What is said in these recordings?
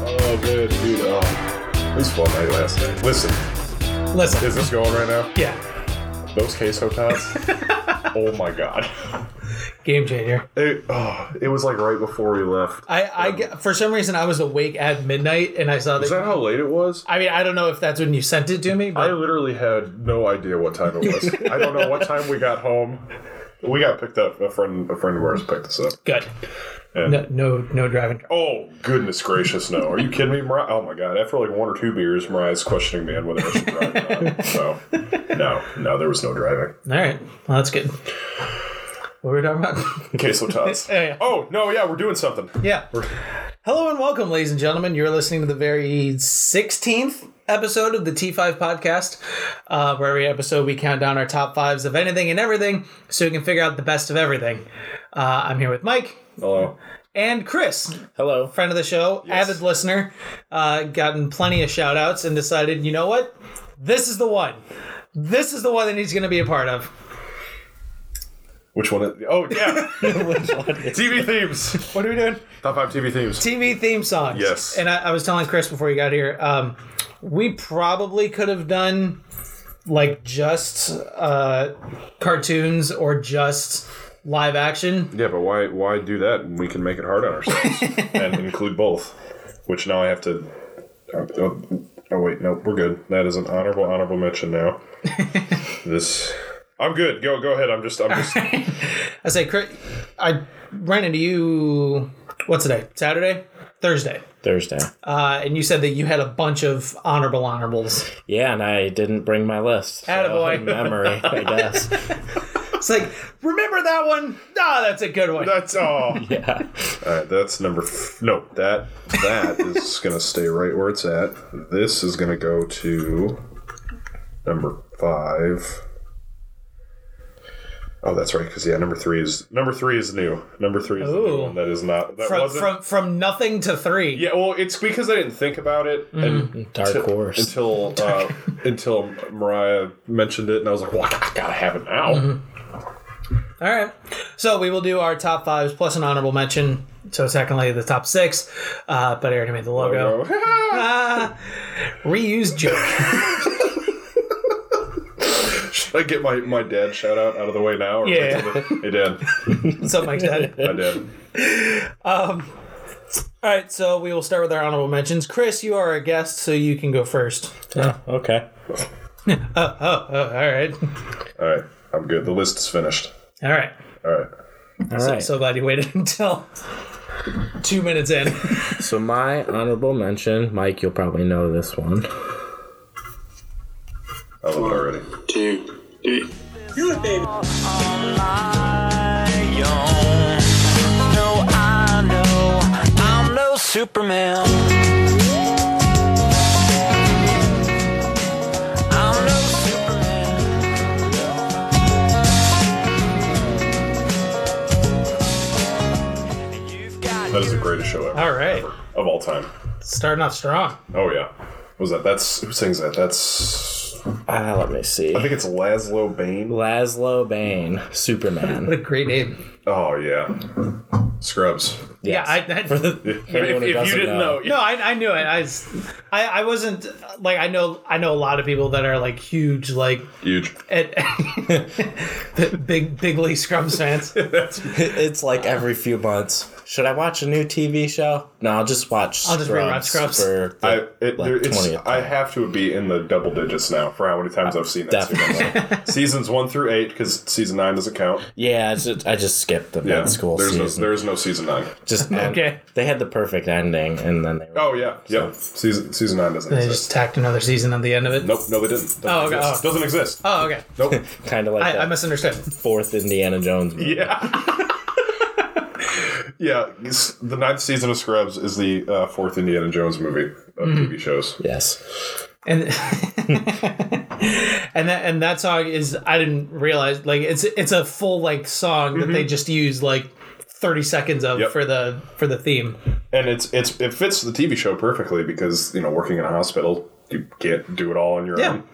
good, dude. Oh, it was fun night last night. Listen, Listen. is this going right now? Yeah. Those queso tots. oh my god. Game changer. It, oh, it was like right before we left. I, I get- for some reason I was awake at midnight and I saw that. Is that how late it was? I mean, I don't know if that's when you sent it to me, I but literally had no idea what time it was. I don't know what time we got home. We got picked up. A friend, a friend of ours picked us up. good. Yeah. No, no, no driving. Oh goodness gracious, no! Are you kidding me, Mariah? Oh my god! After like one or two beers, Mariah's questioning me on whether I should drive or not. So, no, no, there was no driving. All right. Well, that's good. What were we talking about? Queso tots. Yeah, yeah. Oh no, yeah, we're doing something. yeah. Hello and welcome, ladies and gentlemen. You're listening to the very 16th episode of the T5 podcast, uh, where every episode we count down our top fives of anything and everything so you can figure out the best of everything. Uh, I'm here with Mike Hello. and Chris. Hello. friend of the show, avid listener, uh, gotten plenty of shout outs and decided, you know what? This is the one. This is the one that he's going to be a part of. Which one? Is, oh yeah, TV themes. What are we doing? Top five TV themes. TV theme songs. Yes. And I, I was telling Chris before you got here, um, we probably could have done like just uh, cartoons or just live action. Yeah, but why? Why do that? We can make it hard on ourselves and include both. Which now I have to. Oh, oh, oh, wait, no, we're good. That is an honorable honorable mention now. this. I'm good. Go go ahead. I'm just I'm just I say, Chris, I ran into you, what's today? Saturday? Thursday. Thursday. Uh, and you said that you had a bunch of honorable honorables. Yeah, and I didn't bring my list. So Attaboy. memory, I guess. It's like, remember that one? Ah, that's a good one. That's oh. all. Yeah. All right, Uh, that's number. F- no, that that is gonna stay right where it's at. This is gonna go to number five. Oh, that's right. Because yeah, number three is number three is new. Number three is the new Ooh. one that is not that From, wasn't. from from nothing to three. yeah, well, it's because I didn't think about it Mm, and Dark horse. until uh, until Mariah mentioned it, and I was like, "Well, I gotta have it now." Mm-hmm. All right. So we will do our top fives plus an honorable mention. So secondly, the top six. Uh, but I already made the logo. I Reused joke. go, Should I get my my dad shout out out of the way now? Or Yeah. wait till the- hey, Dad. What's up, Mike's dad? I did. All right. So we will start with our honorable mentions. Chris, you are a guest, so you can go first. Oh, okay. Oh, oh, all right. All right, I'm good. The list is finished. All right. All right. All right. So, So glad you waited until two minutes in. my honorable mention, Mike, you'll probably know this one. I love it already. two, three. No, I know I'm no Superman. I'm no Superman. And you've got That is the greatest show ever. All right. Of all time. Starting off strong. Oh yeah. What was that? That's who sings that? That's Ah, let me see. I think it's Laszlo Bain. Laszlo Bane, What Superman. a great name. Oh yeah. Scrubs. Yes. Yeah. I, I, For the anyone who doesn't know. No, I, I knew it. I, was- I I wasn't like I know I know a lot of people that are like huge like huge. at, big big league scrubs fans. it's like every few months. Should I watch a new TV show? No, I'll just watch. I'll just rewatch Scrubs. for the- I it, like there, it's, 20th I have to be in the double digits now for how many times I've seen that. definitely. season. Seasons one through eight because season nine doesn't count. yeah, I just, I just skipped the Yeah, med school there's season. no there's no season nine. just end- Okay. They had the perfect ending, and then they were, Oh yeah, yeah. Season season nine doesn't They exist. just tacked another season on the end of it. Nope, no, they didn't. Doesn't Oh, okay. exist. Oh. Doesn't exist. Oh, okay. Nope. kind of like I, that I misunderstood. fourth Indiana Jones movie. Yeah. yeah. it's- The ninth season of Scrubs is the uh, fourth Indiana Jones movie of Mm-hmm. TV shows. Yes. And and that and that song is I didn't realize like it's it's a full length song that they just use like thirty seconds of Mm-hmm. Yep. for the for the theme. And it's it's it fits the TV show perfectly because you know working in a hospital you can't do it all on your Yeah. own.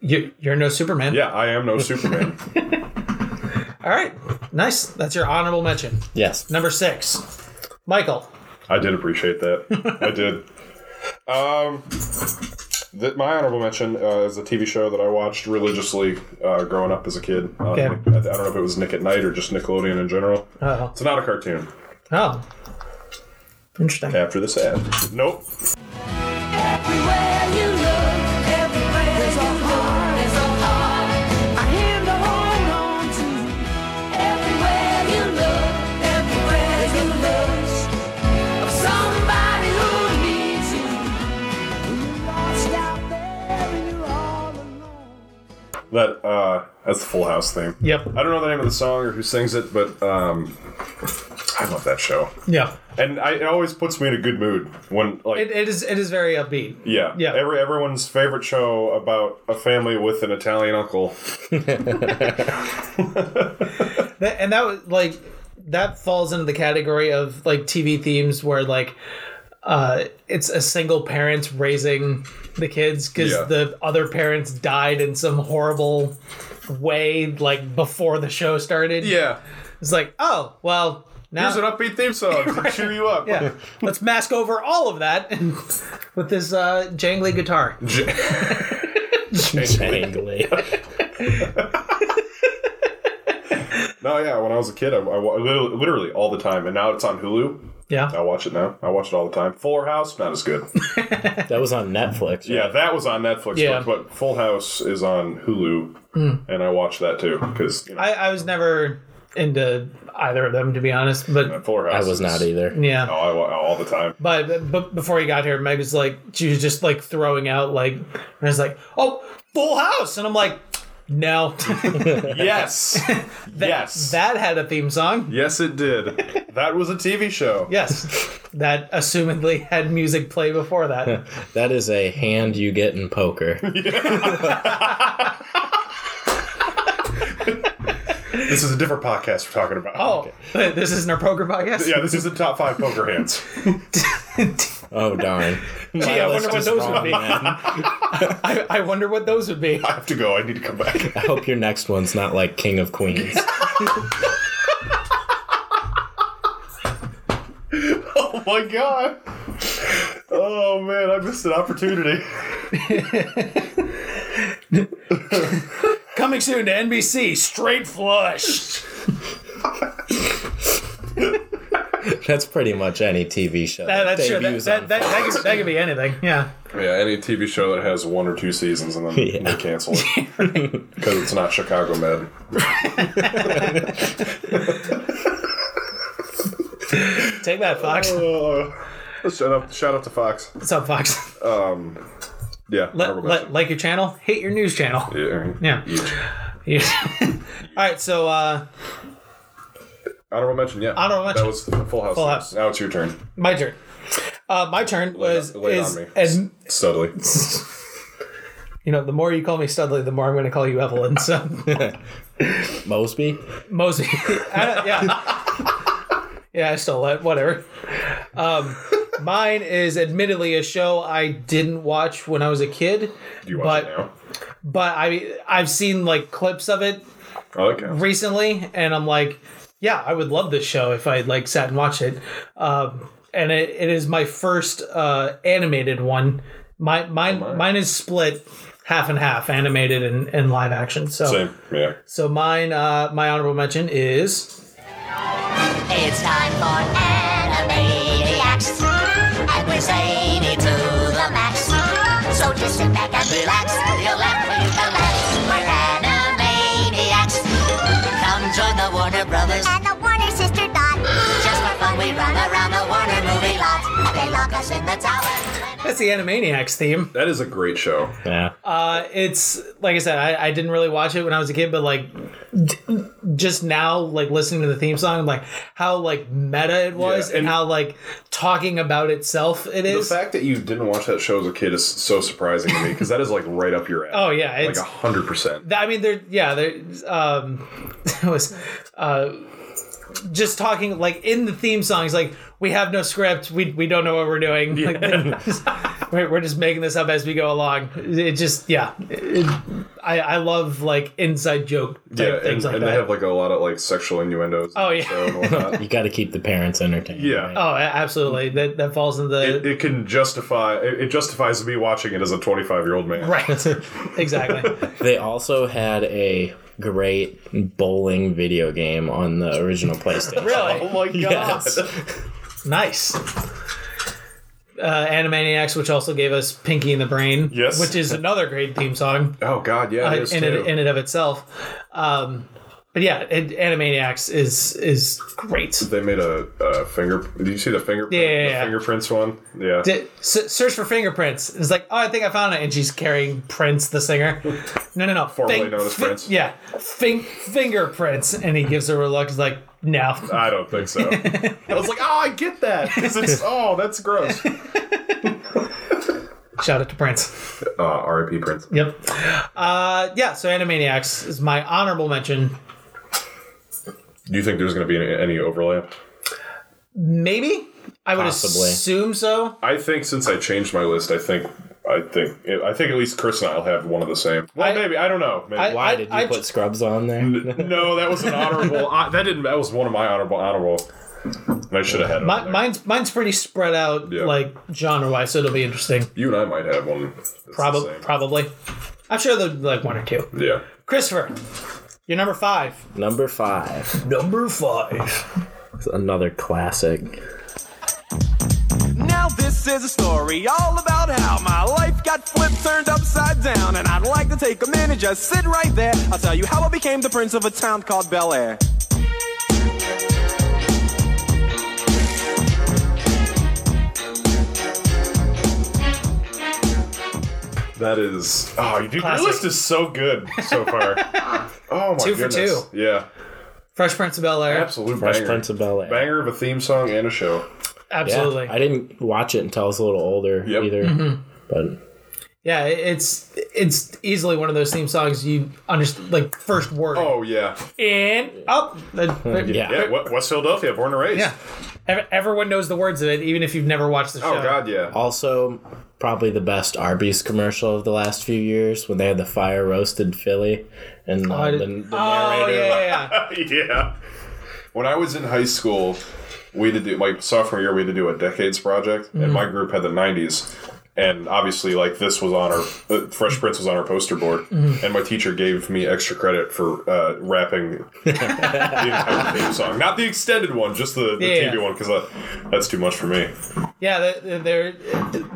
You you're no Superman. Yeah, I am no Superman. All right. Nice. That's your honorable mention. Yes. Number six, Michael. I did appreciate that. I did. Um, th- my honorable mention uh, is a TV show that I watched religiously uh, growing up as a kid. Um, Okay. I don't know if it was Nick at Night or just Nickelodeon in general. Oh. It's not a cartoon. Oh. Interesting. After this ad. Nope. Everywhere you look, everywhere there's a heart, there's a heart. I am to hold on to. Everywhere you look, everywhere there's a touch of somebody who needs you. When you're lost out there and you're all alone. That uh, that's the Full House theme. Yep. I don't know the name of the song or who sings it, but um, I love that show, Yeah. and I, it always puts me in a good mood when like It, it is it is very upbeat. yeah yeah. every everyone's favorite show about a family with an Italian uncle. That- and that was like that falls into the category of like TV themes where like uh it's a single parent raising the kids because Yeah. the other parents died in some horrible way like before the show started. Yeah, It's like, oh well now here's an upbeat theme song to cheer you up. yeah. let's mask over all of that with this uh jangly guitar. Jangly. No, yeah. When I was a kid, I, I wa- literally, literally all the time, and now it's on Hulu. Yeah. I watch it now. I watch it all the time. Fuller House, not as good. that was on Netflix. Yeah, that was on Netflix, Yeah. but, but Full House is on Hulu, and I watch that too because you know, I, I was never into either of them to be honest, but Fuller I House. is- was not either. yeah. Oh, I, wa- all the time. But, but before he got here, Meg was like, she was just like throwing out like, and I was like, oh, Full House, and I'm like, no, Yes, yes, that had a theme song. yes. It did. That was a TV show. Yes, that assumedly had music play before that. That is a hand you get in poker. This is a different podcast we're talking about. Oh, this isn't our poker podcast. yeah. This is the top five poker hands. Oh darn. Gee, I wonder what those would be. I I, I wonder what those would be. I have to go. I need to come back. hope your next one's not like King of Queens. oh my god. Oh man, I missed an opportunity. Coming soon to NBC, Straight Flush. That's pretty much any TV show. That, that's sure. That, debuts that, on that, that, could, that could be anything. Yeah. Yeah, any TV show that has one or two seasons and then they cancel it because it's not Chicago Med. Take that, Fox. Uh, shout out, shout out to Fox. What's up, Fox? Yeah, Let, honorable let, like your channel, hate your news channel. mention. Yeah. Huge. Yeah. All right, so uh, Honorable mention. Yeah, Honorable mention. That was the Full House. Full House. Now it's your turn. my turn. Uh, my turn was lay it on is me. and Studley. you know the more you call me Studley, the more I'm going to call you Evelyn. So Mosby. Mosey, I don't- yeah, yeah, I stole it. Whatever. Um, mine is admittedly a show I didn't watch when I was a kid, Do you watch But- it now? but I I've seen like clips of it I like it. recently, and I'm like, yeah, I would love this show if I like sat and watched it. Um, and it, it is my first uh, animated one. My Oh, mine mine is split half and half, animated and, and live action. So Same. Yeah. so mine uh, my honorable mention is It's time for Animaniacs, and we're zany to the max. So just sit back and relax, you'll laugh when you collapse. We're Animaniacs. Come join the Warner Brothers and the Warner Sister Dot. Just for fun, we run around the Warner movie lot, and they lock us in the tower. that's the Animaniacs theme. That is a great show. Yeah. Uh, it's like I said, I, I didn't really watch it when I was a kid, but like d- just now, like listening to the theme song, like how like meta it was, Yeah, and, and- how like talking about itself it The is. fact that you didn't watch that show as a kid is so surprising to me because that is like right up your alley. Oh, yeah, like it's- a hundred percent. Th- I mean, there, yeah, there um, it was uh, just talking like in the theme songs, like we have no script, we we don't know what we're doing, like, we're we're just making this up as we go along. It just, yeah, it, I I, I love like inside joke type yeah, and, things like and that. they have like a lot of like sexual innuendos. in Oh, the yeah. show and whatnot. You got to keep the parents entertained. Yeah. oh, a- absolutely. That that falls in the it, it can justify it, it justifies me watching it as a 25 year old man. right. exactly. They also had a great bowling video game on the original PlayStation. Really. Oh my god. Yes. Nice. Uh, Animaniacs, which also gave us Pinky and the Brain, Yes. which is another great theme song Oh god, yeah, uh, it is in, too. it, in and of itself. Um, but yeah, it, Animaniacs is is great. they made a, a finger. Did you see the fingerprint? Yeah, yeah, the yeah. fingerprints one. Yeah, Di- s- search for fingerprints. It's like, oh, I think I found it, and she's carrying Prince, the singer. No, no, no. Formerly known as Prince. Yeah, Fing- fingerprints, and he gives her a look. He's like, no. I don't think so. I was like, oh, I get that. 'Cause It's, oh, that's gross. Uh, Shout out to Prince. R.I.P. Prince. Yep. Uh, yeah, so Animaniacs is my honorable mention. Do you think there's going to be any, any overlap? Maybe I would Possibly. assume so. I think since I changed my list, I think. I think I think at least Chris and I'll have one of the same. Well, I- maybe I don't know. Maybe. I- Why did you I- put Scrubs on there? no, that was an honorable. I, that didn't. That was one of my honorable honorable. And I should have had it on My, there. mine's mine's pretty spread out, Yeah. like genre wise, so it'll be interesting. You and I might have one. that's the Probably, same. probably. I'm sure there'll be like one or two. Yeah. Christopher, you're number five. Number five. Number five. It's Another classic. Now this is a story all about how my life got flipped, turned upside down. And I'd like to take a minute, just sit right there. I'll tell you how I became the prince of a town called Bel Air. That is. Oh, dude, your Classic. list is so good so far. oh my Two for goodness. two. Yeah. Fresh Prince of Bel Air. Absolute Fresh banger. Prince of Bel Air. banger of a theme song and a show. Absolutely. I didn't watch it until I was a little older Yep. either. But Yeah, it- it's it's easily one of those theme songs you understand, like first word. Oh yeah. And oh, up. Hmm, yeah. Yeah. Wh- West Philadelphia, born and raised. Yeah. Ev- Everyone knows the words of it, even if you've never watched the show. Oh god, yeah. Also, probably the best Arby's commercial of the last few years when they had the fire roasted Philly and uh, I the, did- the Oh, narrator. yeah, yeah, yeah. yeah. When I was in high school, we had to do my sophomore year. We had to do a decades project, and Mm. my group had the '90s. And obviously, like this was on our uh, Fresh Prince was on our poster board, Mm. and my teacher gave me extra credit for uh, rapping the entire theme song, not the extended one, just the, the Yeah. TV one, because that, that's too much for me. Yeah, th- th- there.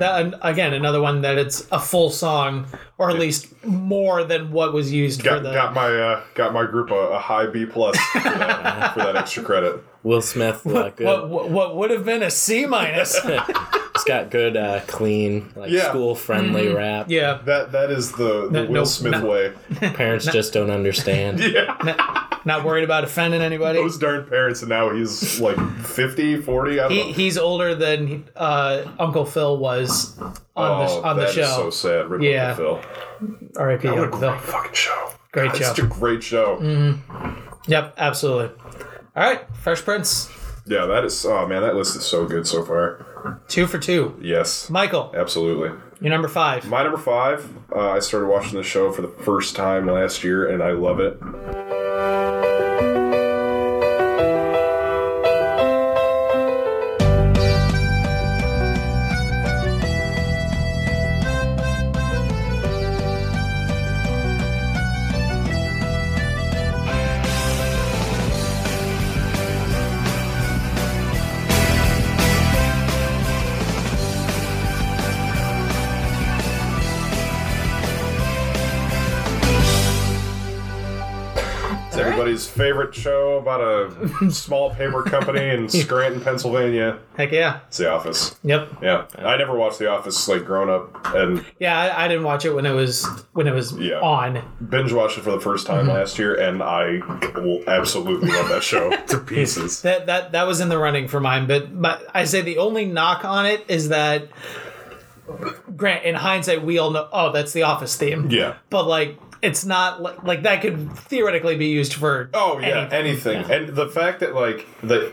That, again, another one that it's a full song, or at least more than what was used for Got, the. got my uh, got my group a, a high B plus for that, for that extra credit. Will Smith, like, good, what, what what would have been a C minus? it's got good, uh, clean, like Yeah. school friendly rap. yeah, That that is the, the No, Will no, Smith no. way. Parents just don't understand. Yeah. not worried about offending anybody. those darn parents and now he's like 50 40 i don't He, know he's older than uh, Uncle Phil was on the on the Oh, that is show. so sad Rip Yeah. yeah Phil. R.I.P. what a Uncle Phil. great fucking show Great God, show. such a great show Mm. Yep, absolutely. All right, Fresh Prince, yeah that is oh man that list is so good so far two for two. yes Michael, absolutely you're number five. my number five uh, i started watching the show for the first time last year and i love it it's everybody's favorite show about a small paper company in scranton pennsylvania Heck yeah. it's the office Yep. yeah i never watched the office like grown up and Yeah, I, I didn't watch it when it was when it was Yeah. on. binge watched it for the first time last year, and I will absolutely love that show to pieces. That that that was in the running for mine, but but I say the only knock on it is that Grant, in hindsight, we all know oh, that's the office theme. Yeah. But like it's not like like that could theoretically be used for Oh yeah, anything, and the fact that like the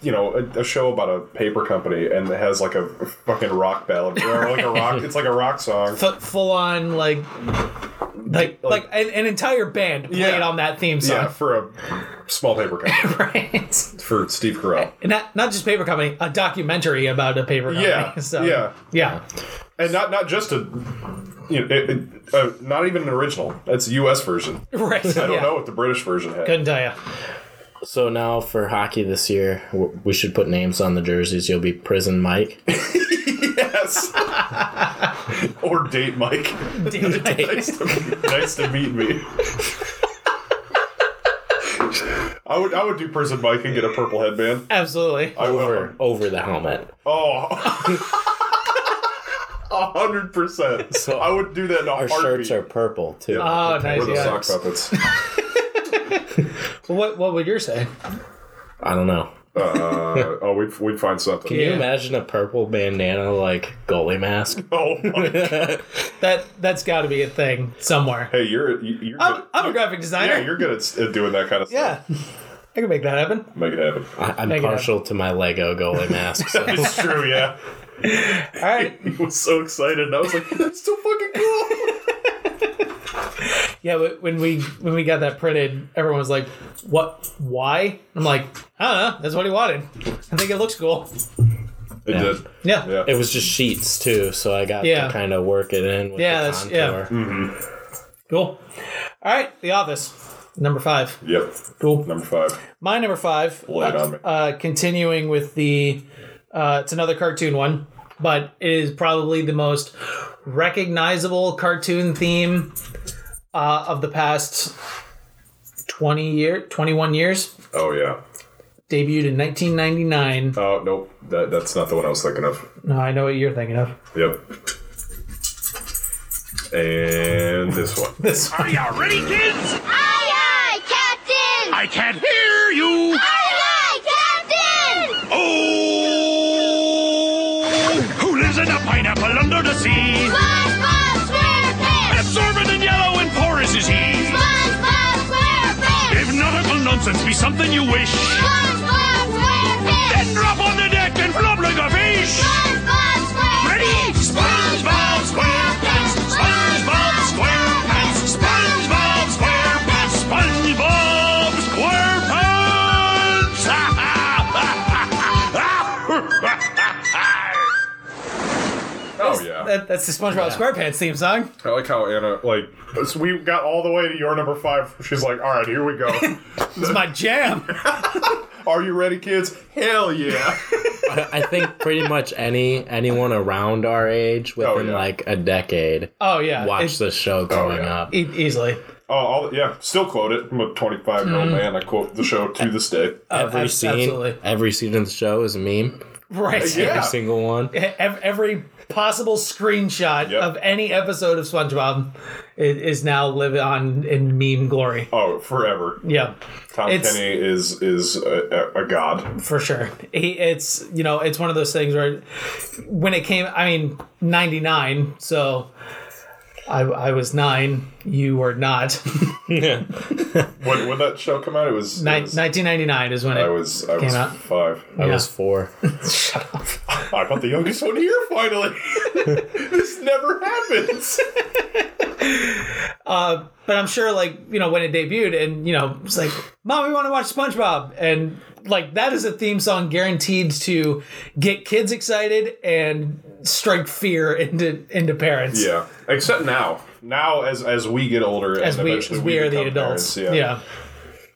you know a, a show about a paper company and it has like a fucking rock ballad or like a rock, it's like a rock song. full on like like like, an, an entire band played Yeah. on that theme Yeah, song, for a small paper company right? for Steve Carell. And not not just paper company, a documentary about a paper company. Yeah, so, yeah, yeah, and not not just a, you know, it, it, uh, not even an original. That's a U.S. version. right. I don't know what the British version had. Couldn't tell you. So now for hockey this year, w- we should put names on the jerseys. You'll be Prison Mike. Yes. or date Mike. nice, to, nice to meet me. I would I would do prison Mike and get a purple headband. Absolutely. I over over the helmet. Oh. A hundred percent. So I would do that in a Our heartbeat. shirts are purple too. Oh, Or nice. the Yeah. sock puppets. Uh, Well, What what would yours say? I don't know. Uh, oh, we'd, we'd find something. Can Yeah. you imagine a purple bandana like goalie mask? Oh my. That that's got to be a thing somewhere. Hey, you're you- you're I'm, Um, good. I'm a graphic designer. yeah, you're good at s- at doing that kind of stuff. Yeah. I can make that happen. Make it happen. I- I'm Make it partial to my Lego goalie mask. So. It's true, yeah. All right. He was so excited, and I was like, "That's so fucking cool." Yeah, but when we when we got that printed, everyone was like, "What? Why?" I'm like, "I don't know. That's what he wanted. I think it looks cool." It Yeah. did. Yeah. Yeah. it was just sheets too, so I got Yeah. to kind of work it in with Yeah, the that's- contour. yeah. Mm. Cool. All right, The Office. Number 5. Yep. Cool. Number five. My number 5 Lay it on me. uh, continuing with the uh, it's another cartoon one but it is probably the most recognizable cartoon theme uh, of the past 20 year 21 years Oh yeah. debuted in 1999 Oh nope. That that's not the one I was thinking of. no i know what you're thinking of Yep. And this one. this Are you ready, kids? Aye, aye, Captain! I can't hear you. Aye, aye, Captain! Oh! Who lives in a pineapple under the sea? SpongeBob SquarePants! Absorbent and yellow and porous is he. SpongeBob SquarePants! If nautical nonsense be something you wish, SpongeBob SquarePants! then drop on the deck and flop like a fish. SpongeBob SquarePants! Ready? SpongeBob SquarePants. SpongeBob SquarePants. SpongeBob SquarePants. SpongeBob SquarePants. Oh yeah. that, that's the spongebob squarepants theme song I like how Anna like so we got all the way to your number five. She's like, all right, here we go. it's my jam Are you ready, kids? Hell yeah. I think pretty much any anyone around our age within Oh, yeah. like a decade oh yeah watched it, this show growing yeah. up. e- easily Oh, all, yeah. Still quote it. I'm a 25 year Mm. old man. I quote the show to this day. Every ab- scene, Oh, absolutely. every scene in the show is a meme. right E, Yeah. Every single one. Ev- every possible screenshot Yep. of any episode of SpongeBob i- is now live on in meme glory. Oh, forever. Yeah, Tom It's- Kenny is is a, a, a god. for sure. He, it's you know it's one of those things where when it came, I mean ninety nine, so I, I was nine. You were not. When, when that show come out, it was, it was Nineteen ninety nine is when it. I was I Came was out. five. I Yeah. was four. I got the youngest one here finally. this never happens. But I'm sure, like you know, when it debuted, and you know, it's like, "Mom, we want to watch SpongeBob," and like that is a theme song guaranteed to get kids excited and strike fear into into parents. Yeah, except now. Now, as as we get older, as and we eventually as we are the become adults. parents, yeah.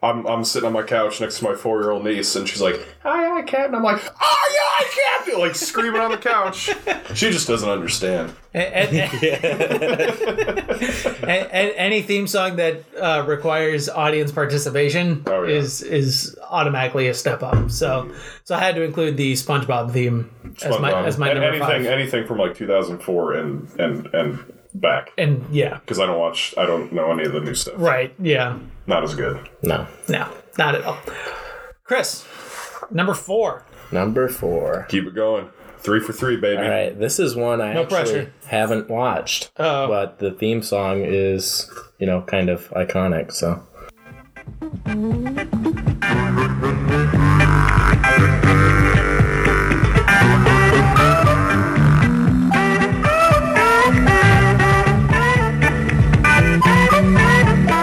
I'm I'm sitting on my couch next to my four year old niece, and she's like, "Hi, hi, Captain." I'm like, "Oh yeah, hi, Captain!" Like screaming on the couch. She just doesn't understand. And, and- and- and any theme song that uh, requires audience participation Oh, yeah. is is automatically a step up. So so I had to include the SpongeBob theme as my SpongeBob. as my And number um, anything five. anything from like 2004 and and and back And yeah, because I don't watch. I don't know any of the new stuff. right, yeah. Not as good. No. No, not at all. Chris, number four. Number four. Keep it going. Three for three, baby. All right, this is one I actually pressure. haven't watched, Oh. but the theme song is, you know, kind of iconic. So Thank you.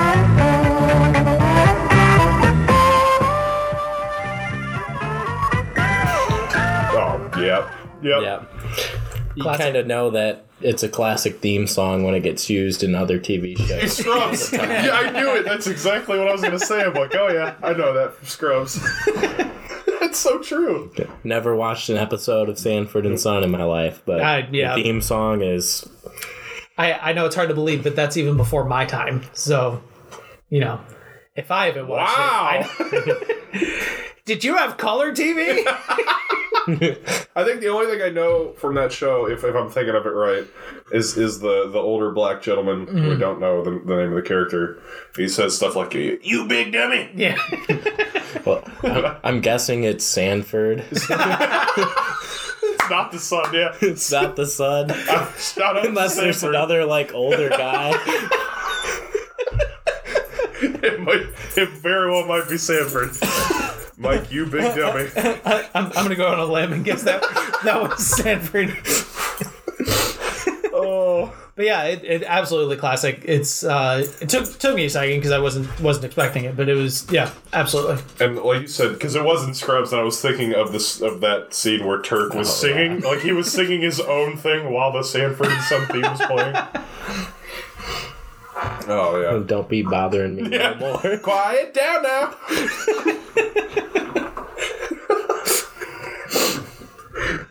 Oh, Yep. Yeah. You Classic. kind of know that it's a classic theme song when it gets used in other TV shows. Scrubs. yeah, I knew it. That's exactly what I was going to say. I'm like, oh yeah, I know that from Scrubs. That's so true. Never watched an episode of Sanford and Son in my life, but I- yeah. the theme song is I, I know it's hard to believe, but that's even before my time. So, you know, if I haven't watched it, Wow. I- did you have color TV? I think the only thing I know from that show, if, if I'm thinking of it right, is is the the older black gentleman who I Mm-hmm. don't know the, the name of the character. He says stuff like "You, you big dummy." yeah, well, I'm, I'm guessing it's Sanford. It's not the son, yeah. It's not the son, Shout out unless to there's Sanford. another like older guy. It, might, it very well might be Sanford. Mike, you big dummy. I'm, I'm gonna go on a limb and guess that that was Sanford. Oh, But yeah, it, it absolutely classic. It's uh, it took took me a second because I wasn't wasn't expecting it, but it was yeah, absolutely. and like you said, because it wasn't Scrubs, and I was thinking of this of that scene where Turk was singing, like he was singing his own thing while the Sanford and Son theme was playing. Oh yeah. Don't be bothering me Yeah. no more. Quiet down now.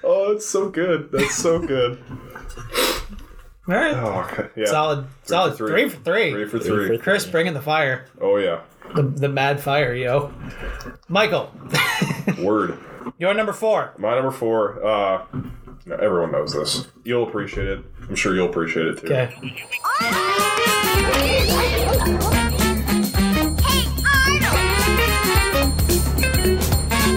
oh, it's so good. That's so good. All right, Oh, okay. yeah. solid, solid for three, three. for three. Three for three. for- Chris bringing the fire, Oh yeah. the, the mad fire, yo. Michael, Word. you're number four. My number four. Uh, no, everyone knows this. You'll appreciate it. I'm sure you'll appreciate it too. Okay, Hey, Arnold!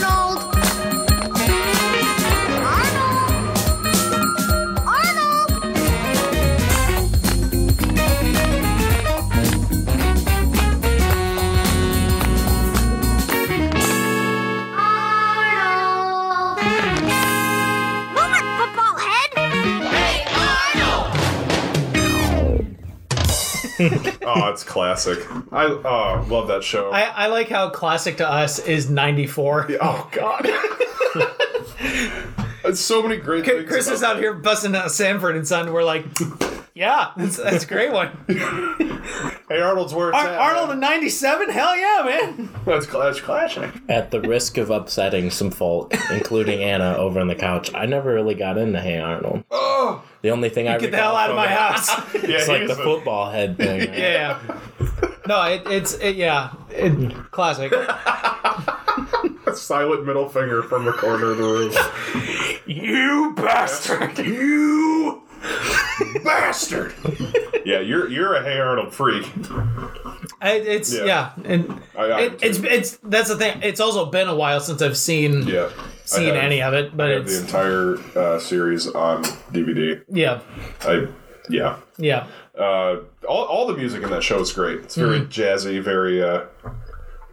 Arnold! Arnold! Arnold! Arnold! Move it, football head! Hey, Arnold! Oh, it's classic. I uh, love that show. I, I like how classic to us is '94. oh God. It's so many great things. Chris is about out here busting out Sanford and Son. We're like, yeah, that's, that's a great one. Hey, Arnold's where it's Ar- at, Arnold man. in '97, hell yeah, man. That's Clash Clashing. At the risk of upsetting some folk, including Anna over on the couch, I never really got into Hey Arnold. Oh, the only thing I Get the hell recall out of from my it- house. Yeah, It's he like the was a- football head thing. right? yeah. No, it, it's it, yeah, it, classic. silent middle finger from the corner of the room. you bastard. you bastard! yeah, you're you're a Hey Arnold freak. it's yeah, Yeah. and I, I am it, too. it's it's that's the thing. It's also been a while since I've seen yeah, seen I have, any of it, I but have it's the entire uh, series on DVD. yeah, I yeah. yeah. Uh, all all the music in that show is great. It's very Mm-hmm. jazzy, very uh,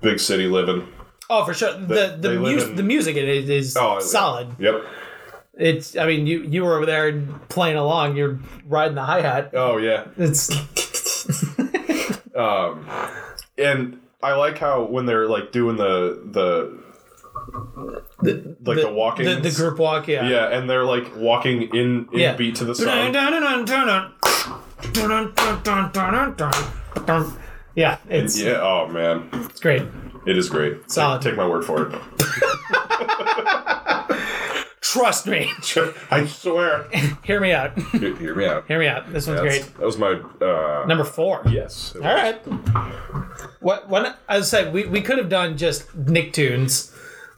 big city living. Oh, for sure. The the they live mu- in- the music in it is Oh, solid. Yep. It's I mean you you were over there playing along. You're riding the hi hat. Oh yeah. It's and I like how when they're like doing the the, like the, walking the, the group walk. Yeah. yeah, and they're like walking in, in Yeah. beat to the Dun, song. dun, dun, dun, dun, dun, dun, dun, dun, dun, dun. Yeah, it's Yeah, oh man, it's great. it is great. Solid. Take, take my word for it. Trust me. I swear. Hear me out. Hear hear me out. Hear me out. This one's That's- great. That was my uh, Number four. yes. All right. What? When I said we, we could have done just Nicktoons,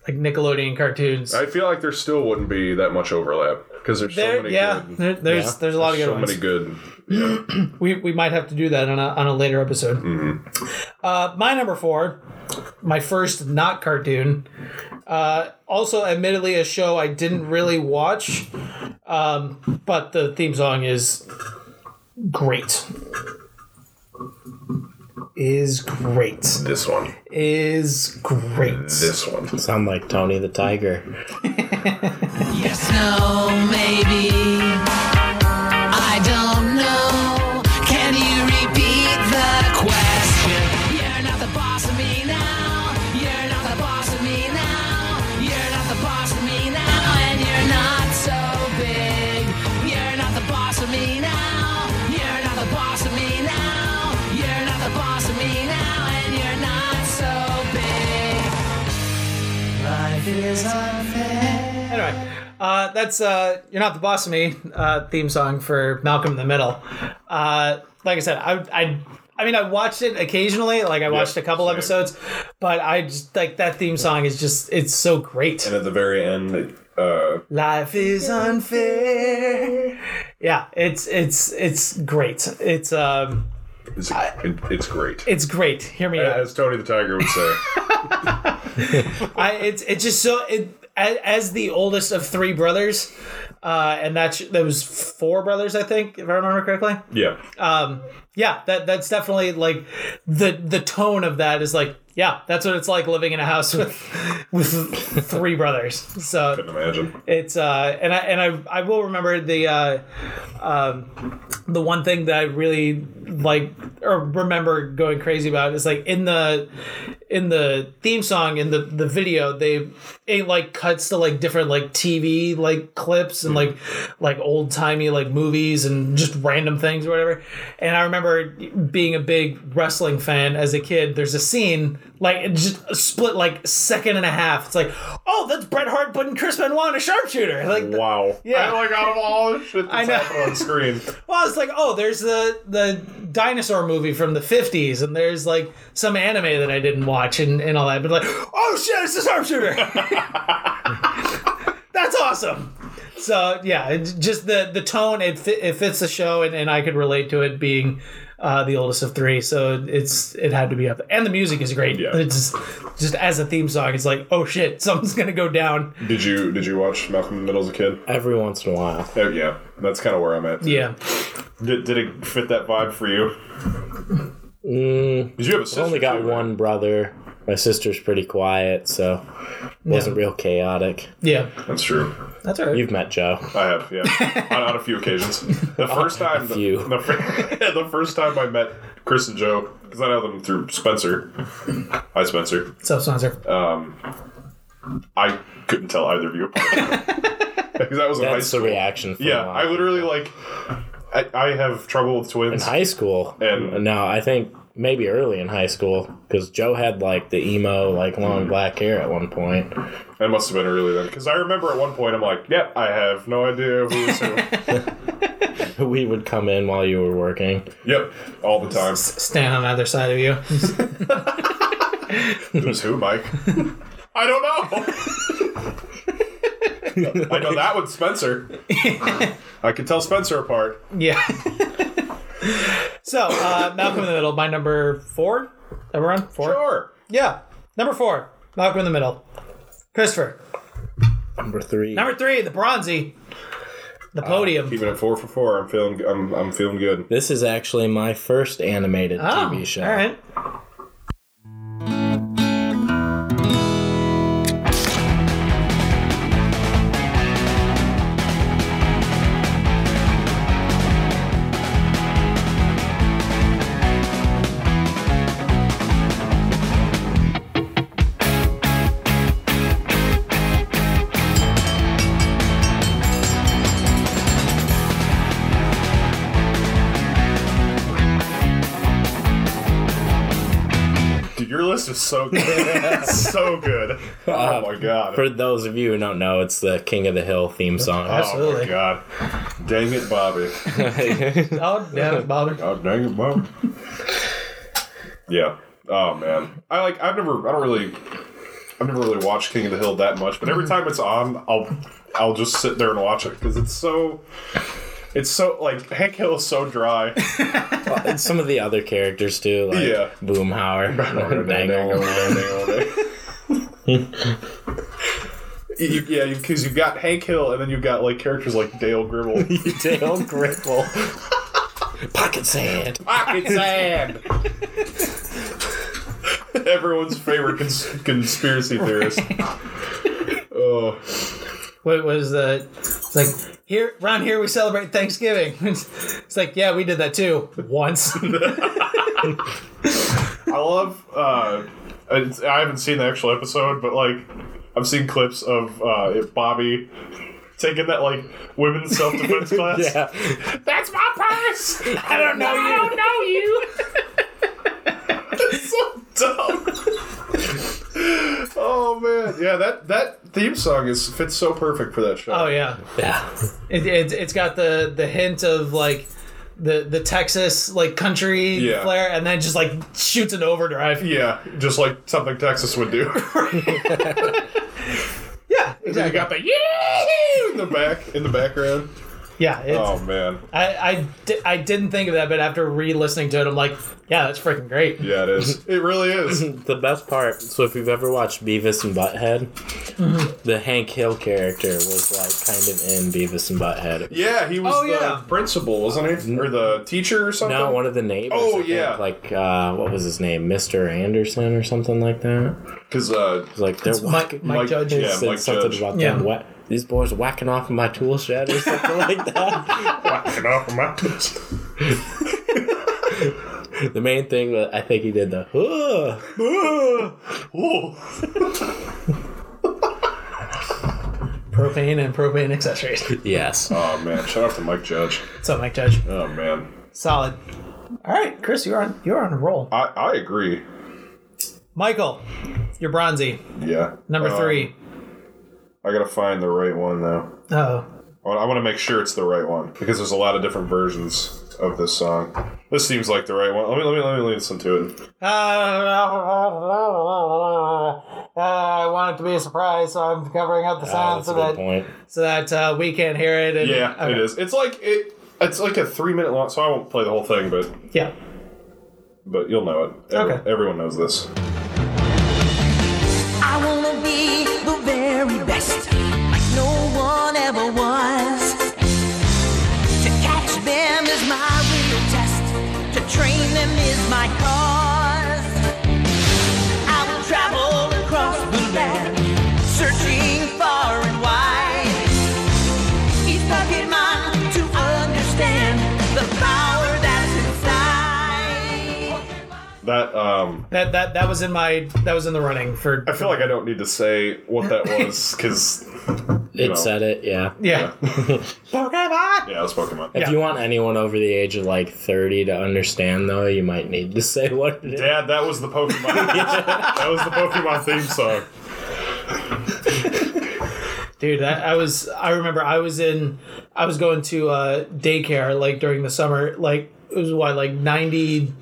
like Nickelodeon cartoons. I feel like there still wouldn't be that much overlap because there's so there, many yeah. good, there- there's Yeah. there's a lot of good so ones. many good. we, we might have to do that on a, on a later episode. Uh, my number four, my first not cartoon. Uh, also, admittedly, a show I didn't really watch, um, but the theme song is great. Is great. This one, Is great. this one. Sound like Tony the Tiger. Yes, no, maybe. Anyway, uh, that's uh, "You're Not the Boss of Me" uh, theme song for Malcolm in the Middle. Uh, like I said, I, I, I mean, I watched it occasionally. Like I watched a couple same. episodes, but I just like that theme song is just it's so great. And at the very end, it, uh, Life is unfair. Yeah, it's it's it's great. It's um it's, it, it's great. it's great. Hear me out. As Tony the Tiger would say, I, it's it's just so it, as, as the oldest of three brothers, uh, and that's that was four brothers, I think, if I remember correctly. yeah, Uh, Yeah, that that's definitely like the the tone of that is like yeah, that's what it's like living in a house with with three brothers. So couldn't imagine. it's uh, and I and I I will remember the uh, um, the one thing that I really like or remember going crazy about is like in the in the theme song in the the video they it like cuts to like different like TV like clips and like like old timey like movies and just random things or whatever. And I remember being a big wrestling fan as a kid. There's a scene like it just a split like second and a half. It's like oh that's Bret Hart putting Chris Benoit in a sharpshooter. Like Wow. Yeah. I like out of all the shit I that's know. happened on screen. Well, it's like, oh, there's the the dinosaur movie from the fifties, and there's like some anime that I didn't watch and, and all that, but like, oh shit, it's a sharpshooter. That's awesome. So yeah, it's just the the tone it fit, it fits the show, and, and I could relate to it being uh, the oldest of three. So it's it had to be up, there. and the music is great. Yeah. It's just, just as a theme song, it's like, oh shit, something's gonna go down. Did you did you watch Malcolm in the Middle as a kid? Every once in a while. Oh, yeah, that's kind of where I'm at. Uh, Yeah. Did, did it fit that vibe for you? Mm. Did you have a sister? I only got too, right? one brother. My sister's pretty quiet, so wasn't real chaotic. Yeah. That's true. That's all right. You've met Joe. I have, yeah, on, on a few occasions. The first time, the- few. The, fir- the first time I met Chris and Joe, because I know them through Spencer. Hi, Spencer. What's up, sponsor? I couldn't tell either of you apart because I was in high That's the school. reaction. From yeah, a lot I of literally like. I, I have trouble with in twins. high school. And- no, I think maybe early in high school because Joe had like the emo, like long black hair at one point. It must have been early then, because I remember at one point I'm like, "Yep, I have no idea who is who." We would come in while you were working. yep, all the time. Stand on either side of you. Who's who, Mike? I don't know. I know that one's Spencer. I can tell Spencer apart. Yeah. so, uh, Malcolm in the Middle, my number four. Everyone? Four? Sure. Yeah. Number four, Malcolm in the Middle. Christopher. Number three. Number three, the Bronzy. The Podium. Even at four for four, I'm feeling I'm, I'm feeling good. this is actually my first animated Oh, TV show. All right. Dude, your list is so good. It's so good. Oh my god. For those of you who don't know, it's the King of the Hill theme song. Oh Absolutely. my god. Dang it, Bobby. Oh, damn it, Bobby. God dang it, Bobby. yeah. Oh man. I like. I've never. I don't really. I've never really watched King of the Hill that much, but every time it's on, I'll I'll just sit there and watch it because it's so. It's so like Hank Hill is so dry. And some of the other characters too, like Yeah. Boomhauer, Dangle. You- yeah, because you've got Hank Hill, and then you've got like characters like Dale Gribble. Dale Gripple, Pocket Sand. Pocket sand. Everyone's favorite cons- conspiracy theorist. Oh, What was the. It's like, here, around here we celebrate Thanksgiving. It's like, yeah, we did that too. Once. I love. Uh, it's- I haven't seen the actual episode, but like, I've seen clips of uh, it- Bobby taking that like women's self defense class. Yeah, That's my purse. I don't know you. I don't know you. That's so dumb. oh man, yeah that that theme song is fits so perfect for that show. Oh yeah, Yeah. it, it, it's got the the hint of like the the Texas like country Yeah. flair, and then just like shoots an overdrive. Yeah, just like something Texas would do. Yeah, you exactly. got the yeah in the back in the background. Yeah, it's, Oh man, I I, di- I didn't think of that, but after re-listening to it, I'm like, yeah, that's freaking great. yeah, it is. It really is. The best part, so if you've ever watched Beavis and Butthead, Mm-hmm. the Hank Hill character was like kind of in Beavis and Butthead. Yeah, he was Oh, the yeah. principal, wasn't he, or the teacher or something? No, one of the neighbors. Oh, I think, yeah. like uh, what was his name, Mister Anderson or something like that. because uh, It's like they're Mike, whacking. Mike, Mike- Judge. yeah. said Mike something Judge. about Yeah. them. Wha- these boys whacking off in my tool shed or something like that. whacking off of my toast. The main thing that I think he did the. "Huh." propane and propane accessories. yes. Oh man, shout out to Mike Judge. What's up, Mike Judge? Oh man, Solid. All right, Chris, you're on you're on a roll. I I agree. Michael, you're bronzy. Yeah, Number Um, three. I gotta find the right one though. Oh, I want to make sure it's the right one because there's a lot of different versions of this song. This seems like the right one. Let me let me let me listen to it. Uh, I want it to be a surprise, so I'm covering up the Oh, sound that's a so good that point. so that uh, we can't hear it. And, Yeah, it is. It's like it. It's like a three minute long. So I won't play the whole thing, but Yeah. but you'll know it. Every- Okay. Everyone knows this. I wanna be the very best, like no one ever was. To catch them is my real test, to train them is my cause. I will travel across the land, searching far and wide. Each pocket mine to understand the power that's inside. That um, That that that was in my that was in the running for I feel like I don't need to say what that was because It know. said it. Yeah. yeah. Pokemon. yeah, it's Pokemon. If you want anyone over the age of like 30 to understand, though, you might need to say what it is. Dad, that was the Pokemon. that was the Pokemon theme song. Dude, that, I was I remember I was in I was going to uh, daycare like during the summer, like it was what, like ninety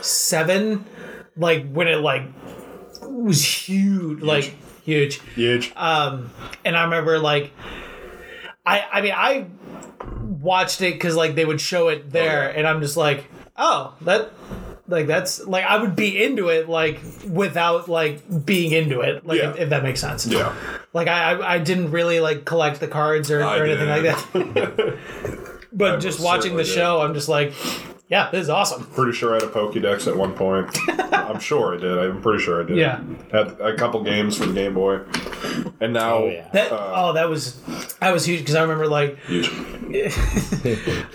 seven? Like when it like was huge, like huge. Huge. Uh, and I remember like I I mean I watched it because like they would show it there and I'm just like oh that like that's like I would be into it like without like being into it like Yeah. if, if that makes sense yeah. like I I I didn't really like collect the cards or, I or anything like that did. but just most watching certainly the did. show I'm just like yeah this is awesome Pretty sure I had a Pokédex at one point. I'm sure I did. I'm pretty sure I did. Yeah. Had a couple games for the Game Boy, and now Oh, yeah. that oh that was that was huge because I remember like Uh, huge.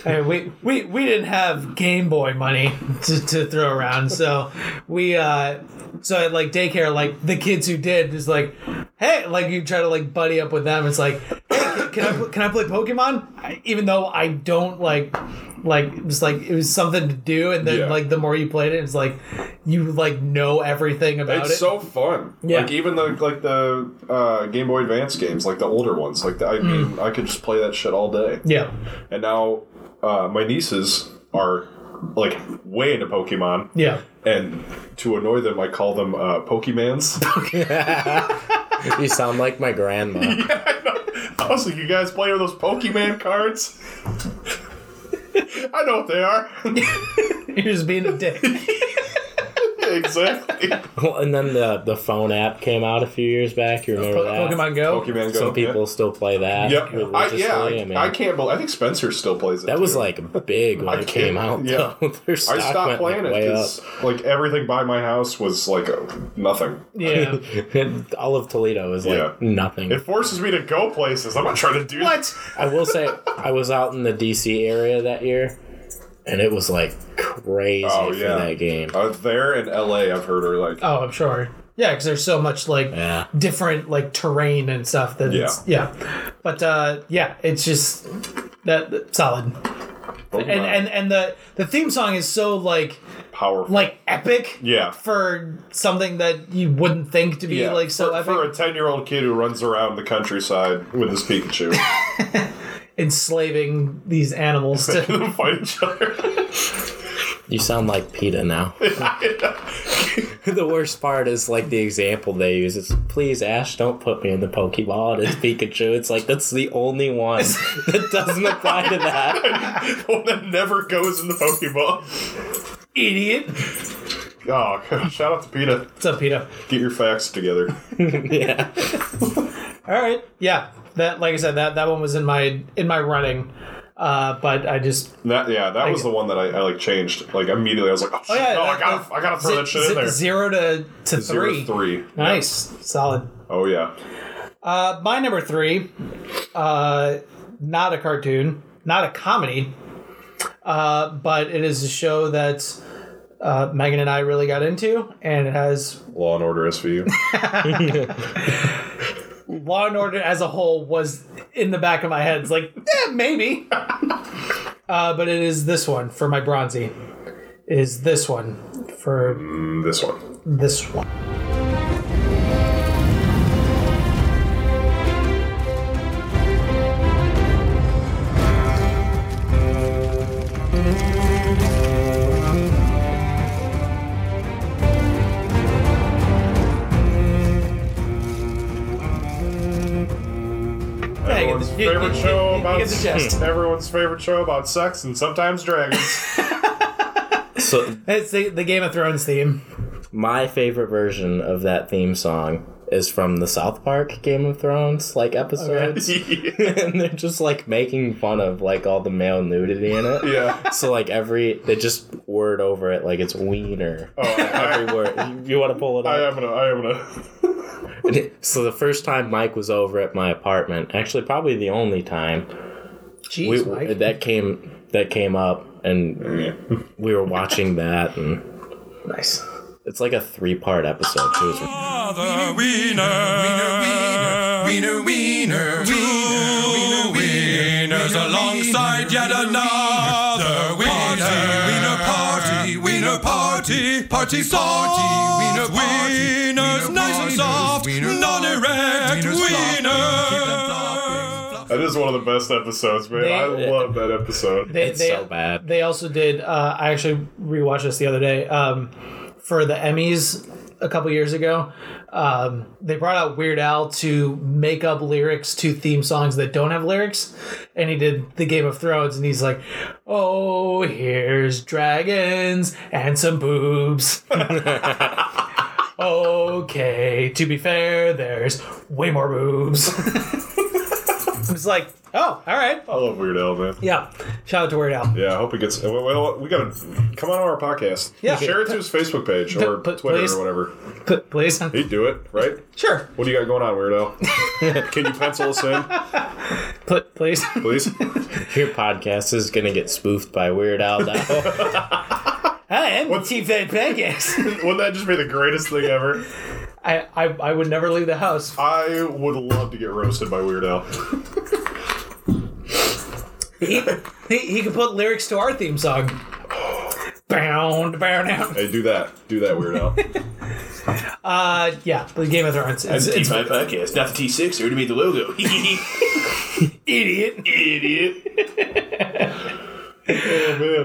Hey, we, we we didn't have Game Boy money to, to throw around, so we uh so at like daycare, like the kids who did is like, hey, like you try to like buddy up with them. It's like, hey, can I can I play Pokemon? I, even though I don't like like just like it was something to do, and then Yeah. like the more you played it, it's like you like know everything about It's it. so fun. Yeah. Like even the like the uh, Game Boy Advance games, like the older ones. Like the, Mm. I mean, I could just play that shit all day. yeah, And now uh, my nieces are like way into Pokemon. yeah. And to annoy them, I call them uh, Pokemans. You sound like my grandma. I was like, you guys play with those Pokemon cards? I know what they are. You're just being a dick. exactly. Well, and then the, the phone app came out a few years back. You remember that? Pokemon Go. Pokemon Go. Some people still play that. Yeah. Yep. I, religiously. yeah. I, mean, I can't believe. I think Spencer still plays it. that was too. like big when it came out. can't- Yeah. yeah. Though. Their stock I stopped went, playing like, it way up. because like everything by my house was like a, nothing. Yeah. All of Toledo is like Yeah. nothing. It forces me to go places. I'm not trying to do What? I will say I was out in the DC area that year, and it was like crazy Oh, for yeah. that game. Uh, there in LA, I've heard are like Oh, I'm sure. Yeah, because there's so much like Yeah. different like terrain and stuff. That yeah, yeah. But uh, yeah, it's just that, that- solid. Pokemon. Oh, And and and the the theme song is so like powerful. like epic Yeah. for something that you wouldn't think to be yeah, like so for, epic for a ten-year-old kid who runs around the countryside with his Pikachu enslaving these animals to and fight each other. You sound like PETA now. the worst part is like the example they use. It's please, Ash, don't put me in the Pokeball. And it's Pikachu. It's like that's the only one that doesn't apply to that. the one that never goes in the Pokeball. idiot Oh, God. shout out to Peta. what's up peter Get your facts together. yeah. all right yeah that like i said that that one was in my in my running uh but i just That yeah, that was the one that I, I like changed. Like immediately, I was like, oh, shit, yeah, uh, no, I that- gotta, I gotta throw zi- that shit zi- in there. zero to to Zero three three. nice solid Oh yeah. Uh, my number three, uh, not a cartoon, not a comedy, uh, but it is a show that uh, Megan and I really got into, and it has Law and Order SVU. Law and Order as a whole was in the back of my head. It's like, eh, maybe. uh, but it is this one for my bronzy. It is this one for Mm, this one. this one. you get Everyone's the- you- favorite you- show you- you about get the gist. everyone's favorite show about sex and sometimes dragons. So It's the, the Game of Thrones theme. my favorite version of that theme song is from the South Park Game of Thrones like episodes, and they're just like making fun of like all the male nudity in it. yeah. So like every they just word over it like it's wiener. Oh, I, Every word. You- You want to pull it I, I up? am gonna. I am gonna. So the first time Mike was over at my apartment, actually probably the only time Jeez, we Mike. that came that came up, and we were watching that, and nice. it's like a three part episode. It was Wiener, wiener, wiener, wieners alongside yet another wiener. Wiener party, wiener party, party soft. Wiener wieners, nice and soft, non-erect wieners. That is one of the best episodes, man. I They- uh, love that episode. They, It's they- so bad. They also did. Uh, I actually rewatched this the other day um, for the Emmys a couple years ago. Um, they brought out Weird Al to make up lyrics to theme songs that don't have lyrics, and he did the Game of Thrones, and he's like, "Oh, here's dragons and some boobs." okay, to be fair, there's way more boobs. It's like, oh, all right, I love Weird Al, man. yeah. Shout out to Weird Al. Yeah, I hope he gets. Well, well, we gotta come on our podcast. Yeah. share it to his Facebook page or put- Twitter please. or whatever. P- please. He'd do it, right? Sure. What do you got going on, Weirdo? Can you pencil us in, P- please. please? your podcast is gonna get spoofed by Weird Al now. I am What's- T Fed Pancakes. Wouldn't that just be the greatest thing ever? I, I I would never leave the house. I would love to get roasted by Weird Al. He, he, he could put lyrics to our theme song. Bound, bound, down. Hey, do that. Do that, Weird Al. Uh, yeah, the Game of Thrones. It's, it's my podcast, not the T6, or to made the logo. idiot, idiot.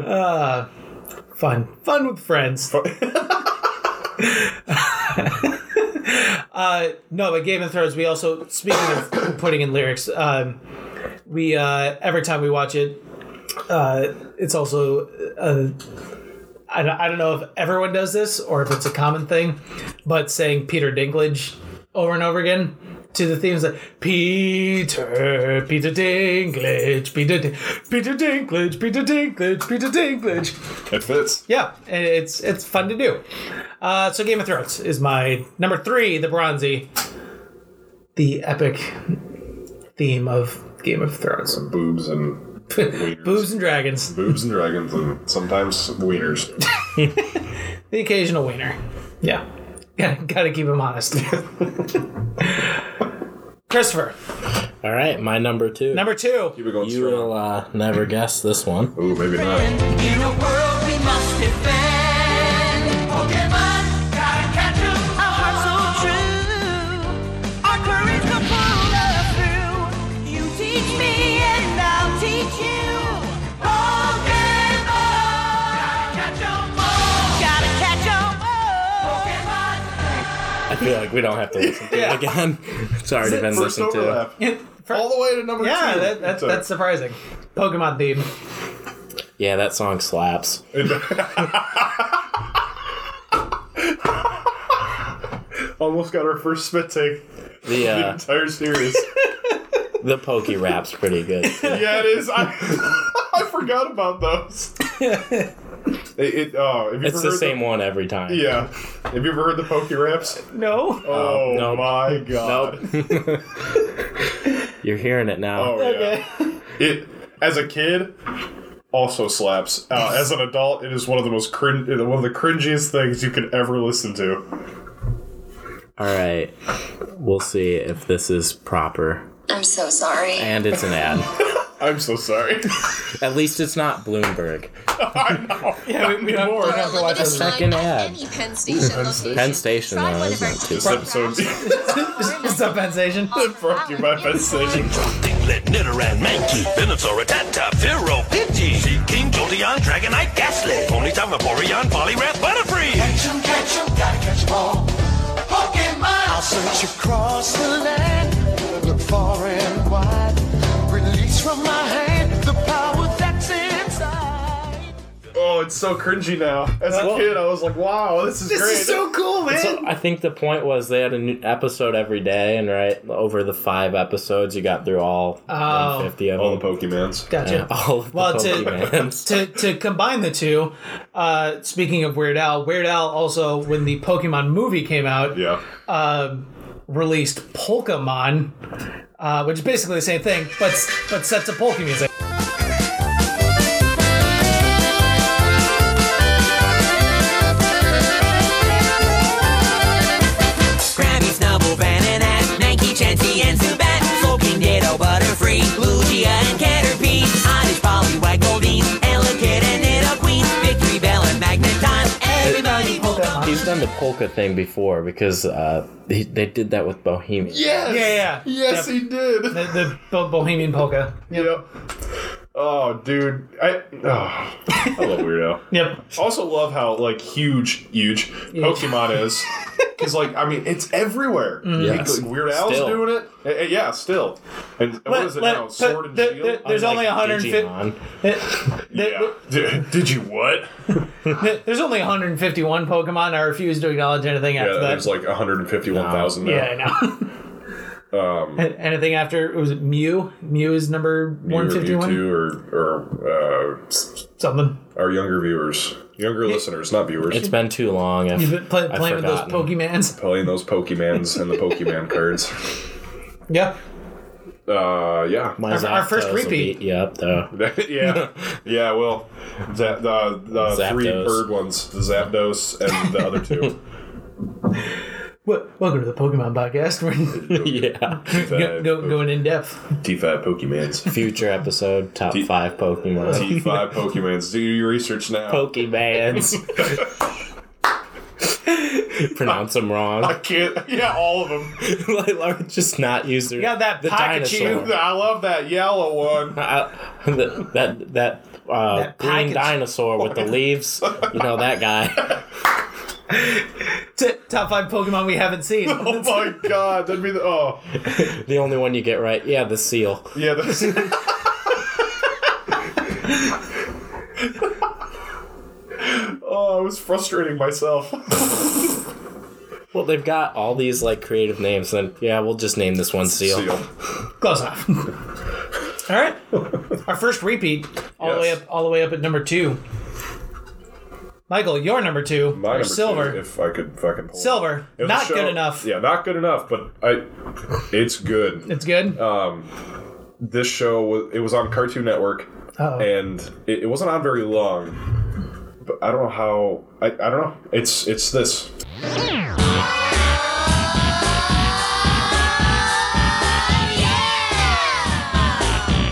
Oh, man. Fun, fun with friends. uh, no, but Game of Thrones. We also speaking of putting in lyrics. Um, we uh, every time we watch it, uh, it's also uh, I, don't, I don't know if everyone does this or if it's a common thing, but saying Peter Dinklage over and over again to the themes like Peter, Peter Dinklage, Peter, Din- Peter Dinklage, Peter Dinklage, Peter Dinklage. it fits. Yeah, and it's it's fun to do. Uh, so Game of Thrones is my number three, the bronzy, the epic theme of Game of Thrones. Boobs and wieners. Boobs and dragons, Boobs and dragons and sometimes wieners. the occasional wiener. Yeah, gotta, gotta keep him honest. Christopher, all right, my number two. number two. Keep it going you strong. will uh, never guess this one. Ooh, maybe not. In a world we must defend. feel like we don't have to listen to Yeah. it again. It's already been First listened to. overlap. All the way to number yeah, two. that, that, So- that's surprising. Pokemon theme. Yeah, that song slaps. almost got our first spit take The the uh, entire series. the pokey rap's pretty good. yeah, it is. I, I forgot about those. it, it, oh, have you It's ever the heard same one every time. yeah. Have you ever heard the pokey raps? No. Oh nope. my god. You're hearing it now. Oh yeah. It as a kid also slaps. Uh, as an adult, it is one of the most cring- one of the cringiest things you could ever listen to. All right, we'll see if this is proper. I'm so sorry. And it's an ad. I'm so sorry. At least it's not Bloomberg. yeah, we, we don't, we don't have to watch this. Second ad. Any Penn Station location. Penn Station, Try though, one of our isn't it? two this episode It's a sensation. brought to you by Penn Station. Diglett, Nidoran, Mankey, Venusaur, Rattata, Firo, Pidgey, Seeking, Jolteon, Dragonite, Ghastly, Ponyta, Vaporeon, Poliwrath, Butterfree. Catch 'em, catch 'em, gotta catch 'em all. Pokemon! I'll search across the land, look far and wide. Release from my hand the power that's inside. Oh, it's so cringy now. As a Well- kid, I was like, "Wow, this is This great." is so cool, man. So I think the point was they had a new episode every day, and right over the five episodes, you got through all Oh. 150 of them. All the Pokemans. gotcha. Yeah, all of the Well, to- Pokemans. to, to combine the two, uh, speaking of Weird Al, Weird Al also, when the Pokemon movie came out, Yeah. released Polkamon, uh, which is basically the same thing, but but set to polka music. Grammy, Snubble, Bananat, Nike, Chansey, and Zubat, Floking, Ditto, Butterfree, Lugia, and Caterpie, Oddish, Polly, White, Goldeen, Elekid, and Nidoqueen, Victory Bell, and Magneton, everybody Pokemon. He's done the polka thing before because uh, he, they did that with Bohemian. Yes. Yeah, yeah, yeah. Yes, Yep. he did. The, the Bo- Bohemian polka. Yep. Oh, dude, I oh, I love Weirdo. Yep. Also, love how like huge, huge Pokemon is. Because like I mean, it's everywhere. Mm. Yes. Like, Weird Al's Still. doing it. Eh, eh, yeah, still. And and what Let- is it let- now? Sword and the- Shield. the- there's only Like 150. Digimon. yeah. Did, did you what? There's only 151 Pokemon. I refuse to acknowledge anything after Yeah, that. there's like 151,000 now. yeah, I know. um, anything after was it Mew? Mew is number You or 151. you two or or uh, Something. our younger viewers, younger listeners, not viewers, It's been too long. I've, You've been play, I've playing with those forgotten. Pokemans. playing those Pokemans and the Pokemon cards. Yeah. Uh, yeah. My Our- our first Zapdos will repeat. Beat you up, though. yeah, yeah. Well, the the, the three Zapdos. bird ones, the Zapdos and the other two. Wel- Welcome to the Pokemon podcast. We're yeah. go, go, going in depth. T five Pokemans. Future episode top T- five Pokemon. T five Pokemans. Do your research now. Pokemans. Pronounce them I wrong. can't. Yeah, all of them. Like, like, just not use their, Yeah, that the Pikachu. dinosaur. I love that yellow one. I, that that that, uh, That green package. dinosaur with the leaves. You know that guy. T- top five Pokemon we haven't seen. Oh my god, that'd be the oh The only one you get right. Yeah, the seal. yeah. That's, oh, I was frustrating myself. Well, they've got all these like creative names. Then yeah, we'll just name this one seal. Close enough. all right. Our first repeat, all the way Yes. up, all the way up at number two. Michael, your number two, My or number silver, Two, if I could fucking pull. it. silver, It was a not show- good enough. Yeah, not good enough, but I it's good. It's good. This show was it was on Cartoon Network Uh-oh. and it, it wasn't on very long. But I don't know how I, I don't know. It's it's this.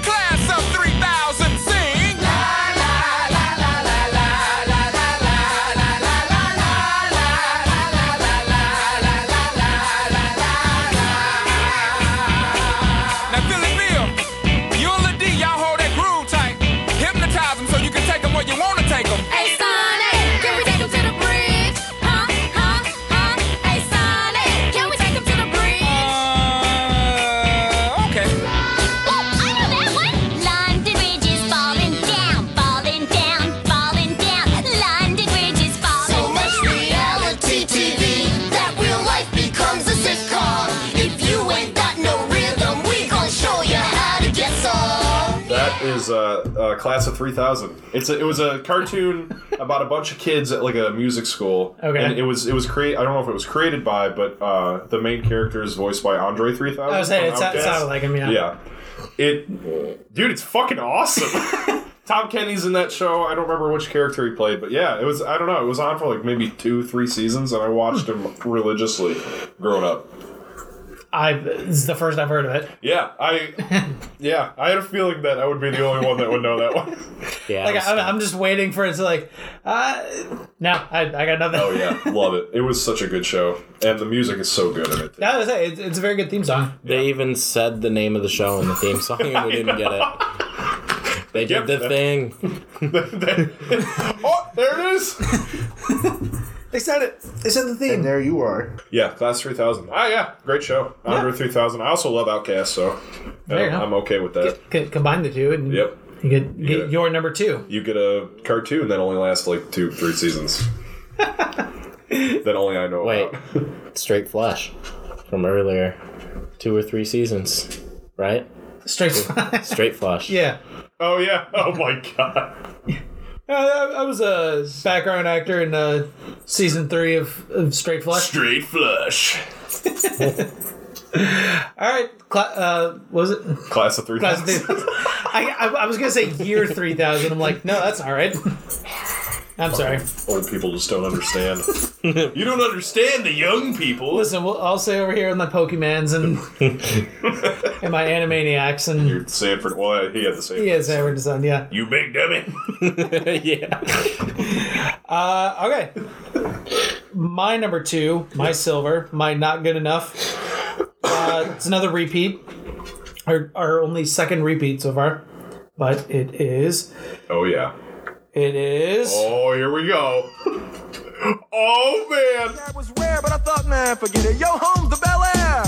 Class of 3000, sing! Now feel it real. You and Lil D, y'all hold that groove tight. Hypnotize 'em so you can take 'em where you wanna take 'em. Hey, Sonic, can we take him to the bridge? Huh, huh, huh? was uh, uh, Class of 3000. It's a, it was a cartoon about a bunch of kids at like a music school. Okay. And it was it was create. I don't know if it was created by, but uh, the main character is voiced by Andre 3000. I was saying, it from sou- Outkast. sounded like him, yeah. Yeah. It, dude, it's fucking awesome. Tom Kenny's in that show. I don't remember which character he played, but yeah, it was. I don't know. It was on for like maybe two, three seasons, and I watched him religiously growing up. I, this is the first I've heard of it. Yeah, I, yeah, I had a feeling that I would be the only one that would know that one. Yeah, Like, it was- I'm, I'm just waiting for it to, like, uh, no, I, I got nothing. Oh yeah, love it. It was such a good show, and the music is so good in it. I was saying, it's, it's a very good theme song. they even said the name of the show in the theme song, and we didn't get it. They Yep. did the thing. oh, there it is. They said it. They said the And theme. there you are. Yeah, Class Three Thousand. Ah, yeah, great show. Andre Three Thousand. I also love Outcast, so uh, There you go. I'm okay with that. Co- combine the two and Yep. you get, get Yeah. your number two. You get a cartoon that only lasts like two, three seasons. that only I know Wait, about. straight flush from earlier, two or three seasons, right? Straight. Straight flush. yeah. Oh yeah. Oh my god. Uh, I, I was a background actor in uh, season three of, of Straight Flush. Straight flush. All right, cla- uh, what was it? Class of Three Class of Thousand. three- I, I, I was gonna say year three thousand. I'm like, no, that's all right. I'm sorry. Old people just don't understand. You don't understand the young people. Listen, we'll, I'll say over here with my Pokemans and and my Animaniacs and Sanford. Well, he had the same. yeah, Edward and Son. Yeah. You big dummy. yeah. Uh, okay. My number two, my silver, my not good enough. Uh, it's another repeat. Our, our only second repeat so far, but it is Oh yeah. it is. Oh, here we go. oh man. That was rare, but I thought, man, forget it. Yo, home to Bel Air.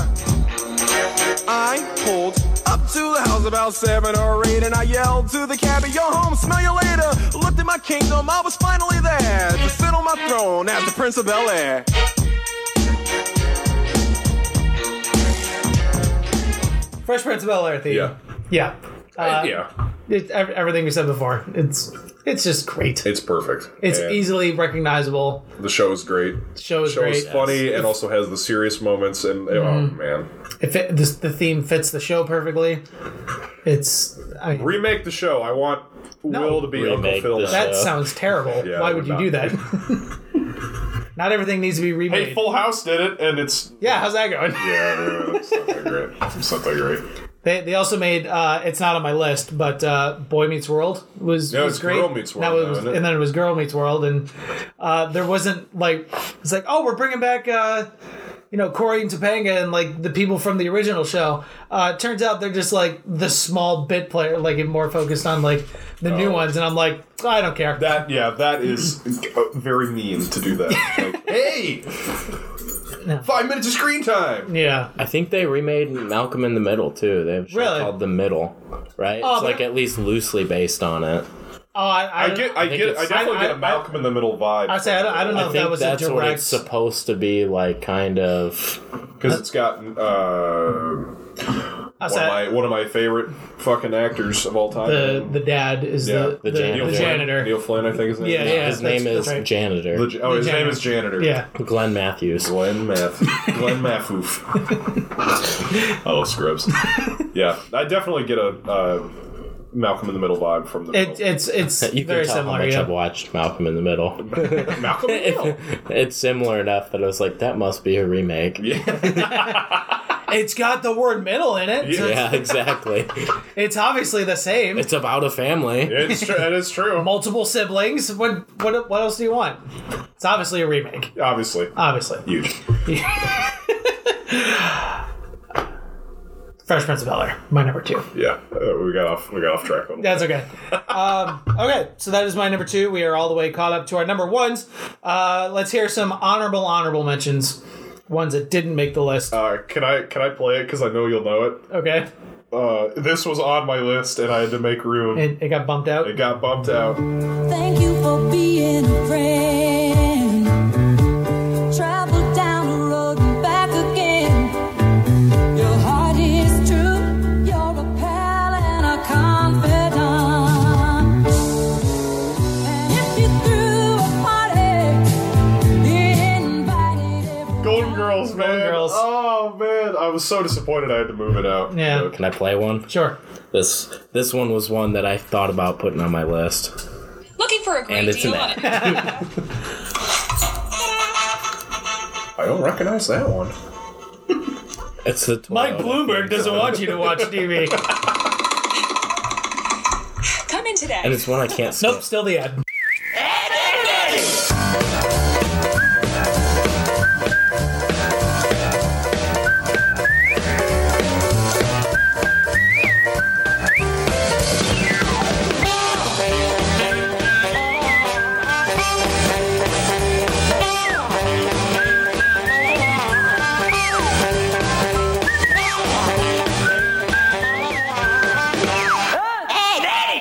I pulled up to the house about seven or eight, and I yelled to the cabbie, Yo, home, smell you later. Looked at my kingdom, I was finally there to sit on my throne as the Prince of Bel Air. Fresh Prince of Bel Air theme. Yeah. Yeah. Uh, yeah. it, ev- everything we said before. It's it's just great. It's perfect. It's And easily recognizable. The show is great. The show is show great. Mm-hmm. is funny and also has the serious moments and oh man It fit, this, the theme fits the show perfectly. It's I mean, remake the show i want will to be uncle Remake phil the now. that show. sounds terrible. Yeah, Why it would would not. you do that? not everything needs to be remade. hey full house did it and it's yeah, how's that going? yeah it's not that great it's not that great They, they also made uh, it's not on my list, but uh, Boy Meets World was Yeah, was it's great. Girl Meets That World now, was, isn't it? and then it was Girl Meets World, and uh, there wasn't like it's like oh we're bringing back uh, you know Corey and Topanga and like the people from the original show. Uh, it turns out they're just like the small bit player, like it more focused on like the new ones, and I'm like I don't care. Oh. that yeah that is very mean to do that like, hey five minutes of screen time yeah, Oh, I think they remade Malcolm in the Middle too. They have a show Really? called The Middle, right? Oh, it's like but- at least loosely based on it. oh I I, i get i, think get i it's- definitely I- get a I- malcolm in the middle vibe I say I don't, I don't know I if think that was a that's what direct. it's supposed to be like, kind of. because it's got uh, I one, of said- my, one of my favorite fucking actors of all time the the dad is Yeah, the, the, the the janitor. janitor. neil flynn i think his name Yeah, is. yeah. his that's- name is that's right. Janitor. The- oh his The name is janitor Yeah. Glenn Matthews. Glenn Math, Glenn Mathoof. I love Scribs. Yeah, I definitely get a uh, Malcolm in the Middle vibe from the. It, it's it's You can very tell similar. how much yeah. I've watched Malcolm in the Middle. Malcolm in the Middle. it's similar enough that I was like, that must be a remake. Yeah, It's got the word middle in it. so it's- exactly. It's obviously the same. it's about a family. It's true. It is true. Multiple siblings. What what what else do you want? It's obviously a remake. Obviously, Obviously, huge. Fresh Prince of Bel Air, my number two. Yeah, uh, we got off. We got off track. A little. That's okay. Um, okay, so that is my number two. We are all the way caught up to our number ones. Uh, let's hear some honorable honorable mentions. Ones that didn't make the list. Uh, can I can I play it? Because I know you'll know it. Okay, Uh, this was on my list, and I had to make room. it, it got bumped out. It got bumped out. Thank you for being a friend. Travel down the road and back again. Your heart is true. You're a pal and a confidant. Oh, I was so disappointed I had to move it out. Yeah. But Can I play one? Sure. This this one was one that I thought about putting on my list, Looking for a great and it's an deal on it. ad. I don't recognize that one. It's a Mike Toyota. Bloomberg doesn't want you to watch TV. Come in today. and it's one I can't. skip. nope, still the ad.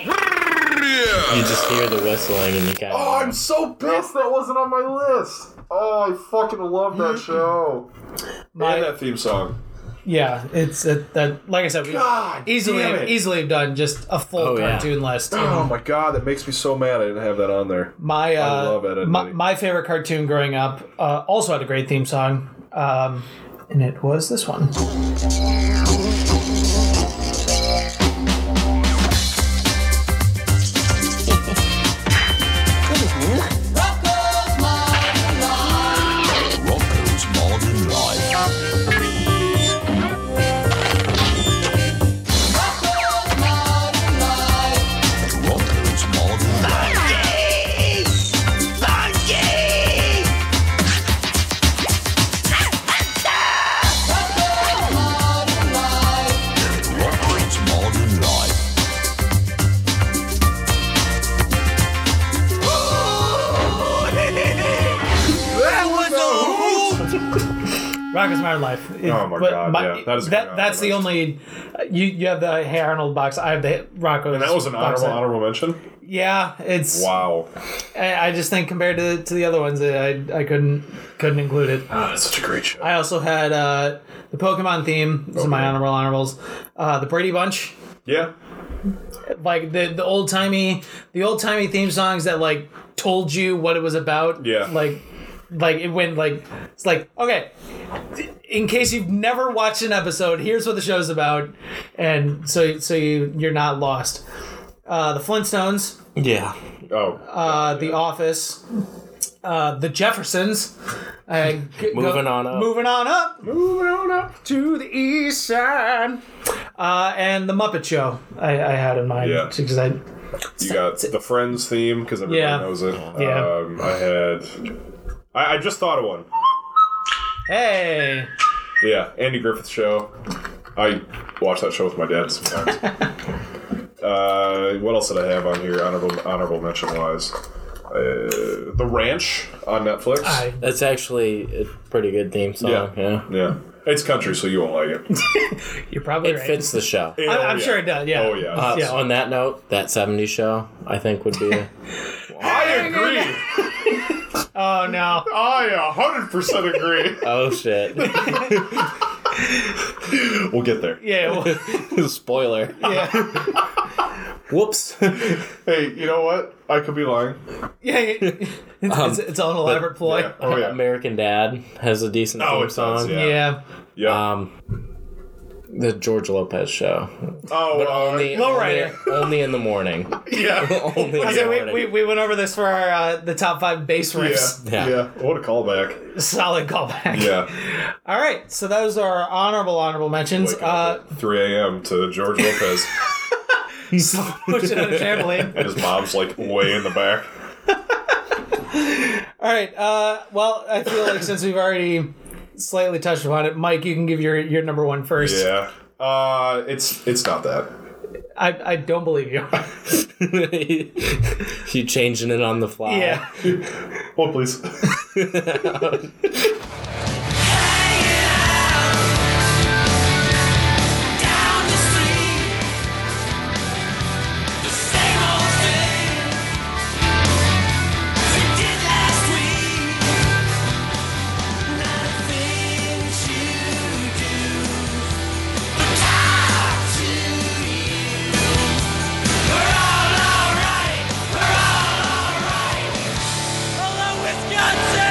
You just hear the whistling, and you kind of. Oh, I'm so pissed that wasn't on my list. Oh, I fucking love that show. and My, that theme song. yeah, it's a, that. Like I said, we God, easily damn it. easily have done just a full Oh, yeah. cartoon list. Oh my god, that makes me so mad I didn't have that on there. My uh, love Ed, Edd, my, Eddy. my favorite cartoon growing up uh, also had a great theme song, um, and it was this one. Rocco's Modern Life. Rocco's Modern Life. Rocco's Modern Life. Rock is my life. It- Oh my but God, yeah, that is a good that's the album. only. uh, You you have the Hey Arnold box. I have the Rocco. And that was an honorable honorable mention. Yeah, it's. Wow. I, I just think compared to to the other ones, I I couldn't couldn't include it. Oh, that's such a great show. I also had uh, the Pokemon theme. This is my honorable honorables. Uh, the Brady Bunch, yeah. like the the old timey the old timey theme songs that like told you what it was about. Yeah. like like it went like it's like okay. In case you've never watched an episode, here's what the show's about, and so so you you're not lost. Uh, the Flintstones, yeah. Oh. uh, The Office, uh, The Jeffersons. Uh, g- go- Moving on up. Moving on up. Moving on up to the east side. Uh, and the Muppet Show, I, I had in mind Yeah. because I You got the Friends theme because everybody Yeah. knows it. Yeah. Um, I had. I, I just thought of one. hey Yeah, Andy Griffith show. I watched that show with my dad sometimes. uh, what else did I have on here? Honorable honorable mention wise, uh, The Ranch on Netflix. I That's actually a pretty good theme song. Yeah. Yeah. yeah, it's country, so you won't like it. you're probably It right. fits the show. Yeah, I'm, oh, I'm yeah. sure it does. Yeah. Oh yeah, Uh, Yeah. On that note, that 70s show, I think, would be. I agree. Oh no. I hundred percent agree. oh, shit. We'll get there. Yeah. Well, Spoiler. yeah. Whoops. Hey, you know what? I could be lying. Yeah. yeah. It's, it's, it's all an elaborate ploy. Um, Yeah. Oh yeah. American Dad has a decent Oh, theme it does, song. yeah. yeah. Yeah. Um, the George Lopez show. oh, uh, Only, Lowrider. only, only in the morning. yeah. Only in I said the we, we, morning. we went over this for our uh, the top five bass riffs. Yeah. Yeah. yeah. What a callback. Solid callback. Yeah. All right, so those are our honorable honorable mentions. Wake up Uh, at 3 a.m. to George Lopez. push it on a trampoline. and his mom's like way in the back. All right. Uh, well, I feel like since we've already slightly touched upon it, Mike, you can give your your number one first. Yeah. Uh, it's it's not that. I, I don't believe you. you changing it on the fly. yeah. Hold please. down the street. The same old thing as it did last week. Nothing to do but talk to you. We're all alright. We're all alright. Hello, Wisconsin.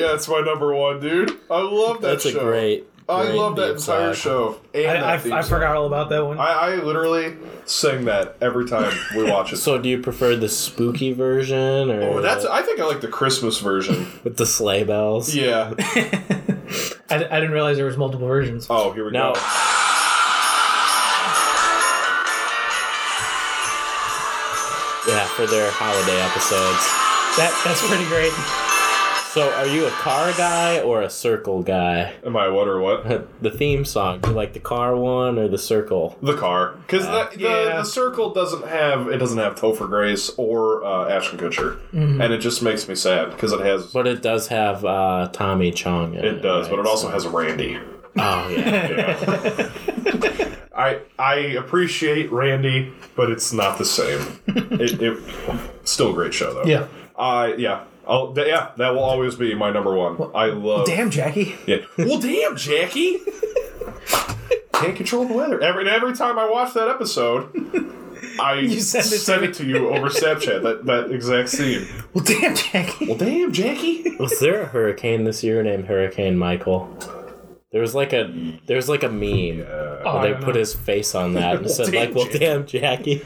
yeah, it's my number one, dude. I love that That's a show. great- I great love that theme entire song. show. And I, that I, theme I song. forgot all about that one. I, I literally sing that every time we watch it. So do you prefer the spooky version or oh, that's. I think I like the Christmas version. with the sleigh bells? Yeah. I, I didn't realize there was multiple versions. Oh, here we No. go. Yeah, for their holiday episodes. That that's pretty great. So are you a car guy or a circle guy? Am I what or what? the theme song. Do you like the car one or the circle? The car, because Uh, the, the, yeah. the circle doesn't have it doesn't have Topher Grace or uh, Ashton Kutcher, Mm-hmm. and it just makes me sad because it has But it does have uh, Tommy Chong in it. it does, but right? it also has Randy. Oh yeah. Yeah. I I appreciate Randy, but it's not the same. It, it still a great show though. Yeah. Uh, yeah. I'll, th- yeah, that will always be my number one. I love. Damn, Jackie. Yeah. Well, damn, Jackie. Can't control the weather. Every every time I watch that episode, I send it to send me. it to you over Snapchat. That that exact scene. Well, damn, Jackie. Well, damn, Jackie. was there a hurricane this year named Hurricane Michael? There was like a there was like a meme. Oh, They I don't put know. his face on that and said damn, like, "Well, Jackie." damn, Jackie."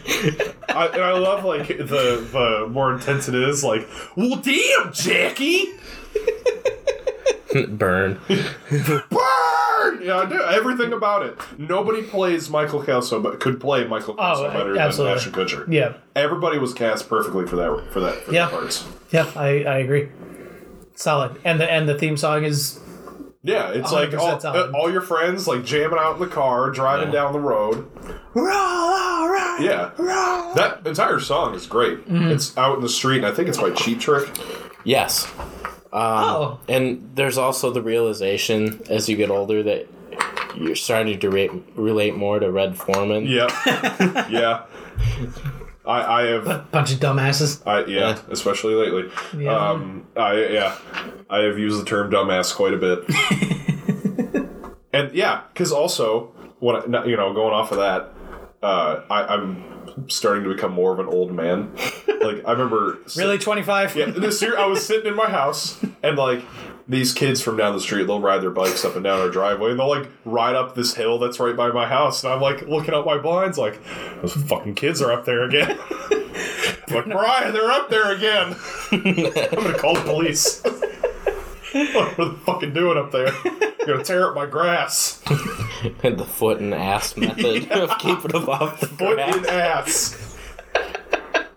I, and I love like the the more intense it is. Like, well, damn, Jackie. Burn. Burn! Yeah, I do everything about it. Nobody plays Michael Kelso, but could play Michael Kelso I- better Oh, than absolutely. Ashton Kutcher. Yeah, everybody was cast perfectly for that for that for Yeah. the parts. yeah, I, I agree. Solid. And the and the theme song is Yeah, it's like all, 100% solid. uh, all your friends like jamming out in the car, driving Yeah. down the road. Yeah, that entire song is great. Mm-hmm. It's out in the street, and I think it's by Cheap Trick. Yes. oh And there's also the realization as you get older that you're starting to re- relate more to Red Foreman. Yeah, yeah. I I have bunch of dumbasses. I yeah, especially lately. Yeah. Um, I yeah, I have used the term dumbass quite a bit. and yeah, because also when I, not- you know going off of that, uh, I, I'm starting to become more of an old man. like I remember Really, twenty five. yeah, this year I was sitting in my house and like these kids from down the street, they'll ride their bikes up and down our driveway and they'll like ride up this hill that's right by my house. And I'm like looking out my blinds, like, those fucking kids are up there again. I'm like, Brian, they're up there again. I'm gonna call the police. what are they fucking doing up there? They're gonna tear up my grass. the foot and ass method of keeping them off the Foot grass. in ass.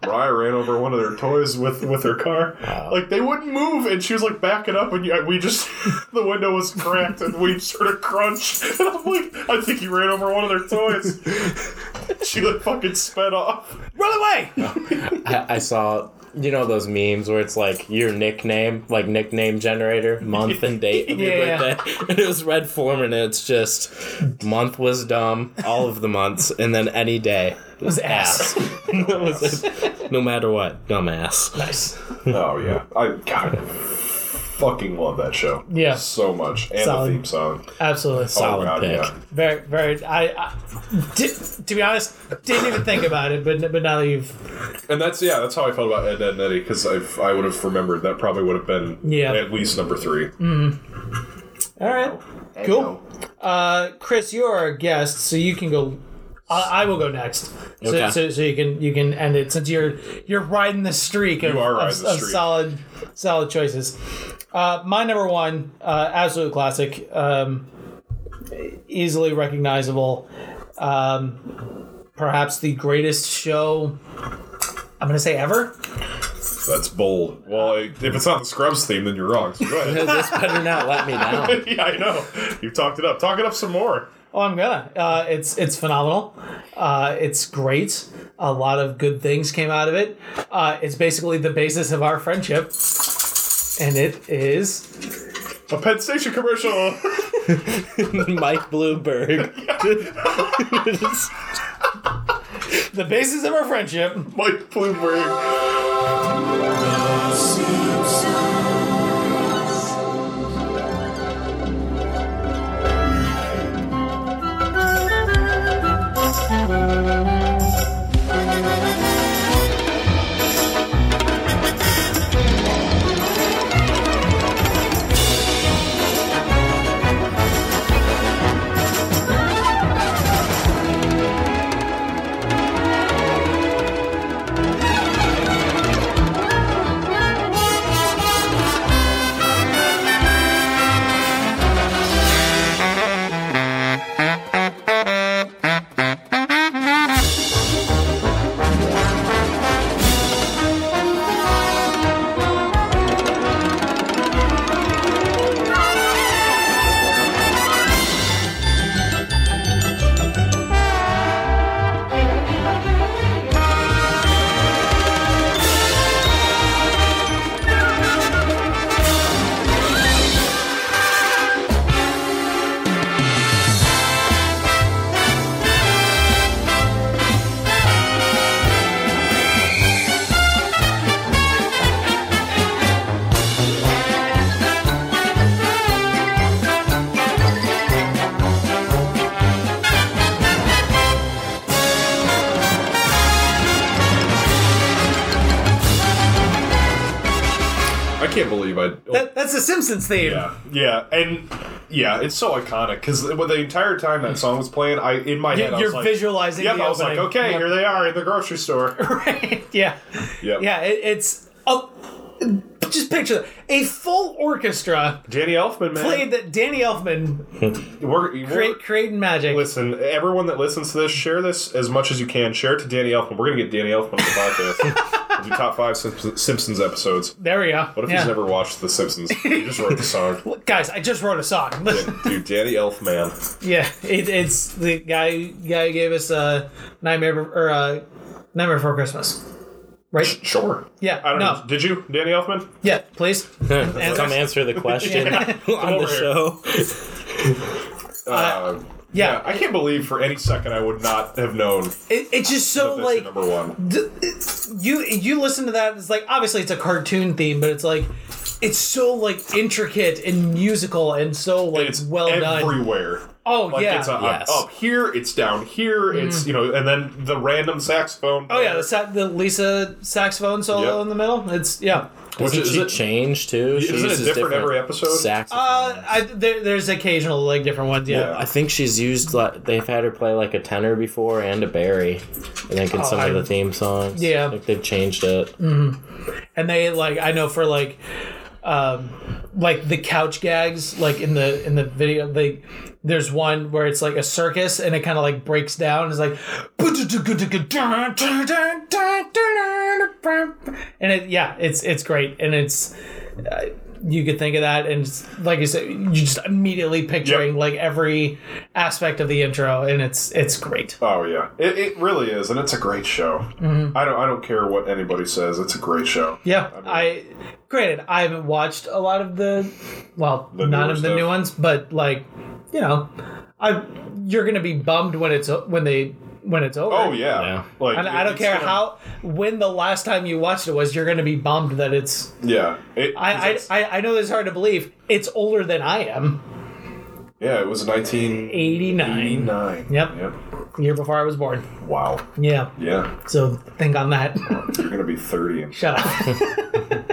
Brian ran over one of their toys with with her car. Like they wouldn't move, and she was like backing up, and you- we just the window was cracked, and we sort of crunch. And I'm like, I think you ran over one of their toys. she like fucking sped off. Run away. I, I saw you know those memes where it's like your nickname, like nickname generator, month and date of Yeah. your birthday. And it was Red Foreman and it's just month was dumb, all of the months, and then any day. It was ass. That was it. no matter what, dumbass. Nice. Oh yeah, I God, fucking love that show. Yeah. so much, and Solid. the theme song. Oh, Absolutely. Solid God, pick. yeah. Very, very. I, I di- to be honest, didn't even think about it, but but now that you've And that's yeah, that's how I felt about Ed, Ed and Eddie because I I would have remembered that probably would have been Yeah. at least number three. all right, cool. Uh, Chris, you're our guest, so you can go. I, I will go next. So, Okay. so, so you can you can end it since you're you're riding the streak of, You are of- riding the of streak. solid solid choices. Uh, my number one, uh, absolute classic, um, easily recognizable. Um, perhaps the greatest show. I'm gonna say ever. That's bold. Well, I- if it's not the Scrubs theme, then you're wrong. So go ahead. This better not let me down. yeah, I know. You talked it up. Talk it up some more. Oh, I'm gonna. Uh, it's it's phenomenal. Uh, it's great. A lot of good things came out of it. Uh, it's basically the basis of our friendship, and it is A Penn Station commercial. Mike Bloomberg. the basis of our friendship. Mike Bloomberg. I can't believe I. oh, That, that's the Simpsons theme. Yeah, yeah, and yeah, it's so iconic because the entire time that song was playing, I in my You- head I you're was like, visualizing Yep, the I was like, opening. okay, Yep. here they are in the grocery store. yeah, yep. yeah. It, it's oh, just picture that. a full orchestra Danny Elfman, man. played that Danny Elfman We're- we're- create creating magic. Listen, everyone that listens to this, share this as much as you can. Share it to Danny Elfman. We're gonna get Danny Elfman on the podcast. We'll do top five Simps- Simpsons episodes. There we go. What if yeah. he's never watched The Simpsons? He just wrote the song. Guys, I just wrote a song. Dude, Danny Elfman. yeah, it, it's the guy guy who gave us uh, Nightmare Bef- or uh, Nightmare Before Christmas. Right? Sure. Yeah. I don't no. know. Did you, Danny Elfman? Yeah. Please. Come answer the question on the here. show. Uh, Yeah. yeah, I can't believe for any second I would not have known It, it's just that's so your like number one. th- you you listen to that it's like obviously it's a cartoon theme but it's like it's so like intricate and musical and so like It's well done everywhere. oh Like yeah Mm-hmm. it's a, Yes. up here, it's down here, it's you know, and then the random saxophone. oh yeah the, sa- the lisa saxophone solo Yep. in the middle it's yeah which Doesn't is she it, change too? She it uses different every episode? saxophones. uh I, there, there's occasional like different ones yeah, Yeah. I think she's used like they've had her play like a tenor before and a Barry. I think in some Oh, I- of the theme songs. Yeah. Mm. Like they've changed it. and they like i know for like um like the couch gags like in the in the video they there's one where it's like a circus and it kind of like breaks down it's like and it yeah it's it's great and it's uh, you could think of that and it's- like you said you're just immediately picturing Yep. like every aspect of the intro and it's it's great Oh yeah, it, it really is, and it's a great show. I don't I don't care what anybody says. It's a great show. Mm-hmm. Yeah, I. Granted, I haven't watched a lot of the, well, The none newer of the stuff. new ones, but like, you know, I you're gonna be bummed when it's o- when they when it's over. Oh yeah, Yeah. like And I it- don't it's care gonna- how when the last time you watched it was. You're gonna be bummed that it's. Yeah, it, I I, it's- I I know this is hard to believe. It's older than I am. yeah, it was nineteen Eighty eighty nine, nine. Yep. Yep. year before I was born. Wow. Yeah. Yeah, So think on that. you're gonna be thirty in Shut up.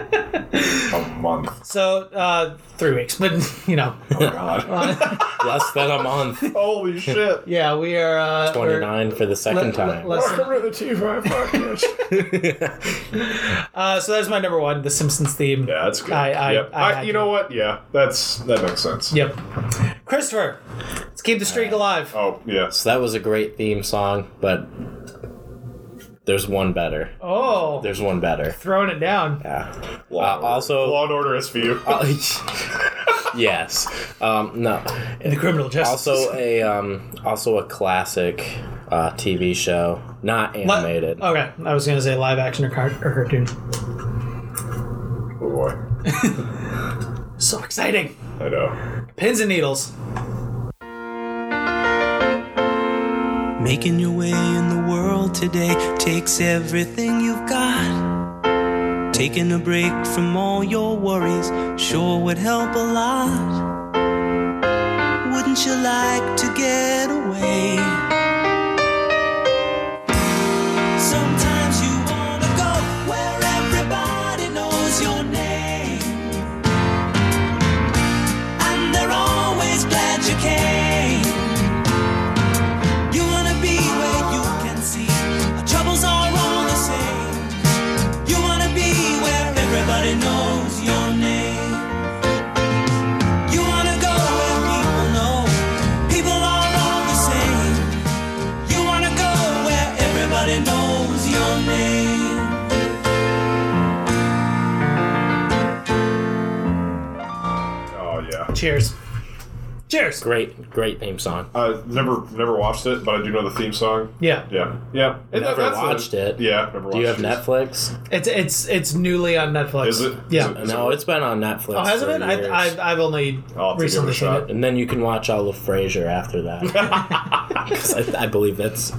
a month. So uh, three weeks, but you know, Oh god. Less than a month. Holy shit. yeah, we are uh, we're- Twenty nine for the second let- time. let- let's- Welcome to the T5 podcast. Uh, so that's my number one, the Simpsons theme. Yeah, that's good. I- I- Yep. I I- had you to. know what? Yeah, that's that makes sense. Yep. Christopher, let's keep the streak alive. Oh yes. So that was a great theme song, but there's one better. Oh, There's one better. throwing it down. Law Uh, also- Law and Order SVU. yes. Um, no. In the criminal justice. Also a um, also a classic uh, TV show, not Li- animated. Okay, I was gonna say live action or, car- or cartoon. oh boy. So exciting. I know. Pins and needles. Making your way in the world today takes everything you've got. Taking a break from all your worries sure would help a lot. Wouldn't you like to get away? Sometimes you wanna go where everybody knows your name. And they're always glad you came. You wanna be where you can see our troubles are all the same. You wanna be where everybody knows your name. You wanna go where people know people are all the same. You wanna go where everybody knows your name. Oh yeah. Cheers. Cheers. Great, great theme song. Uh, never never watched it, but I do know the theme song. Yeah. Yeah. Yeah. And Never that's the- watched it. Yeah, never watched Do you have it. Netflix? It's it's it's newly on Netflix. Is it? Is Yeah. it- is No, it- it's been on Netflix. Oh, has it for been? I, years. I, I've only I'll have to give it a recently seen shot. it. and then you can watch all of Frasier after that. 'Cause I, I believe that's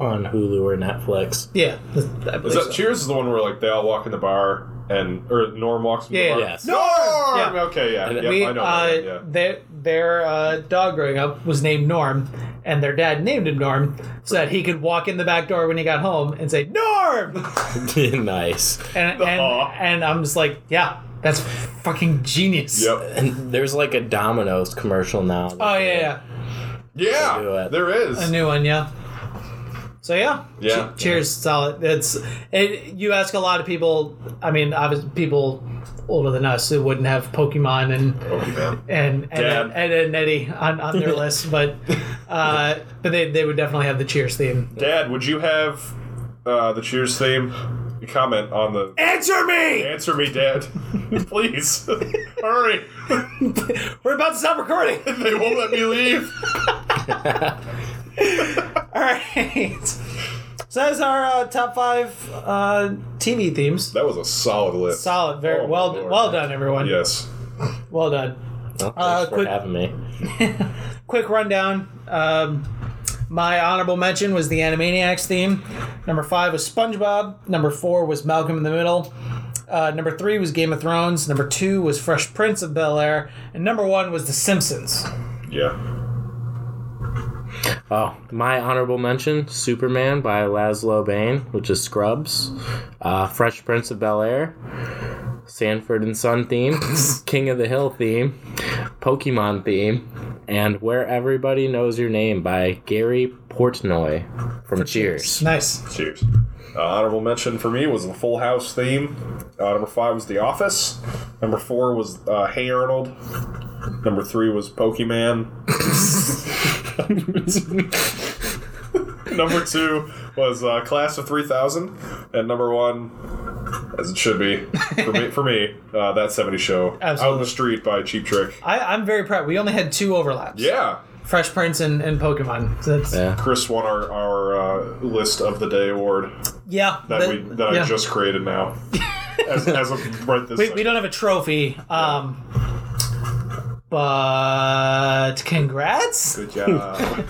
on Hulu or Netflix. Yeah. I believe is that so. Cheers is the one where like they all walk in the bar and or Norm walks in Yeah, the bar. Yes. Norm! Yeah. Okay, yeah. And yeah, we, I know uh, that, yeah. their, their uh, dog growing up was named Norm, and and their dad named him Norm so that he could walk in the back door when he got home and say Norm, nice. and and, Aw. and I'm just like, yeah, that's fucking genius. Yep. And there's like a Domino's commercial now. Oh yeah, yeah, Yeah, do it. there a is. new one, yeah. So yeah, Yeah. Che- cheers, solid. It's it, you ask a lot of people. I mean, obviously people older than us who wouldn't have Pokemon and Oh, Pokemon. and and Dab. Ed, Ed, and Eddie on, on their list, but uh, but they, they would definitely have the Cheers theme. Dad, would you have uh, the Cheers theme comment on the Answer me! Answer me, Dad. Please. Hurry. We're about to stop recording. They won't let me leave. All right. So that's our uh, top five uh, TV themes. That was a solid list. Solid, very Oh, my well, Lord. well done, everyone. Yes. Well done. Well, thanks Uh, for quick- having me. quick rundown. Um, my honorable mention was the Animaniacs theme. Number five was SpongeBob. Number four was Malcolm in the Middle. Uh, number three was Game of Thrones. Number two was Fresh Prince of Bel Air. And number one was The Simpsons. Yeah. Oh, my honorable mention: Superman by Laszlo Bain, which is Scrubs, uh, Fresh Prince of Bel Air, Sanford and Son theme, King of the Hill theme, Pokemon theme, and Where Everybody Knows Your Name by Gary Portnoy from Cheers. Nice. Cheers. Uh, honorable mention for me was the Full House theme. Uh, number five was The Office. Number four was uh, Hey Arnold. Number three was Pokemon. number two was uh, Class of 3000. And number one, as it should be, for me, for me uh, That 70 Show. Out in Absolutely. the Street by Cheap Trick. I, I'm very proud. We only had two overlaps. Yeah. Fresh Prince and, and Pokemon. So that's, Yeah. Chris won our, our uh, list of the day award yeah. that, that- we that yeah. I just created now. as, as of right this We, we second. don't have a trophy. Um, but congrats. Good job.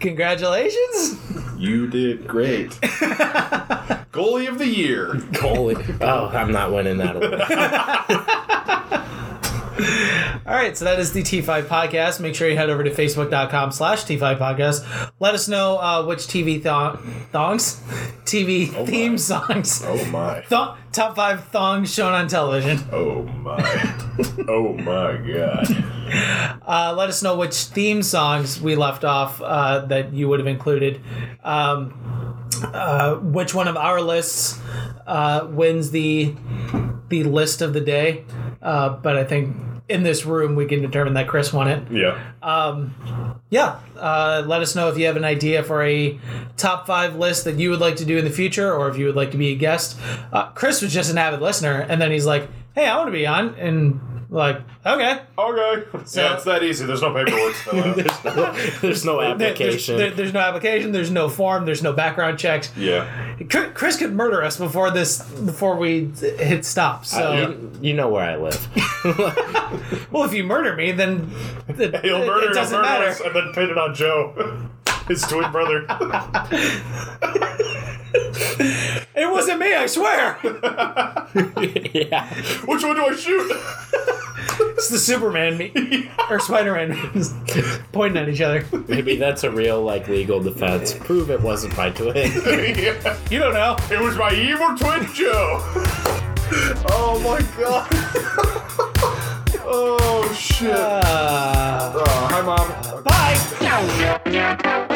Congratulations. you did great. Goalie of the year. Holy! Oh, I'm not winning that award. All right, so that is the T5 podcast. Make sure you head over to facebook.com slash T5 podcast. Let us know uh, which TV thong- thongs, TV theme songs, Oh my. thong- top five thongs shown on television. Oh my. Oh my god. Uh, let us know which theme songs we left off uh, that you would have included. Um, uh, which one of our lists uh, wins the the list of the day? Uh, but I think in this room we can determine that Chris won it. Yeah. Uh, yeah uh, let us know if you have an idea for a top five list that you would like to do in the future or if you would like to be a guest uh, chris was just an avid listener and then he's like hey i want to be on and we're like okay Okay. yeah, it's that easy. There's no paperwork to fill out. There's no There- there's, application. there- there's no application there's no form there's no background checks Yeah. Cr- chris could murder us before this before we hit stop so you, you know where I live. well if you murder me then it, He'll it- murder, it doesn't murder matter us and then pin it on Joe, his twin brother. it wasn't me i swear yeah. Which one do I shoot? it's the superman me or spider-man memes pointing at each other Maybe that's a real like legal defense. Prove it wasn't my twin. Yeah. you don't know It was my evil twin Joe. oh my god. oh shit. Uh, Oh, hi mom. bye. Bye.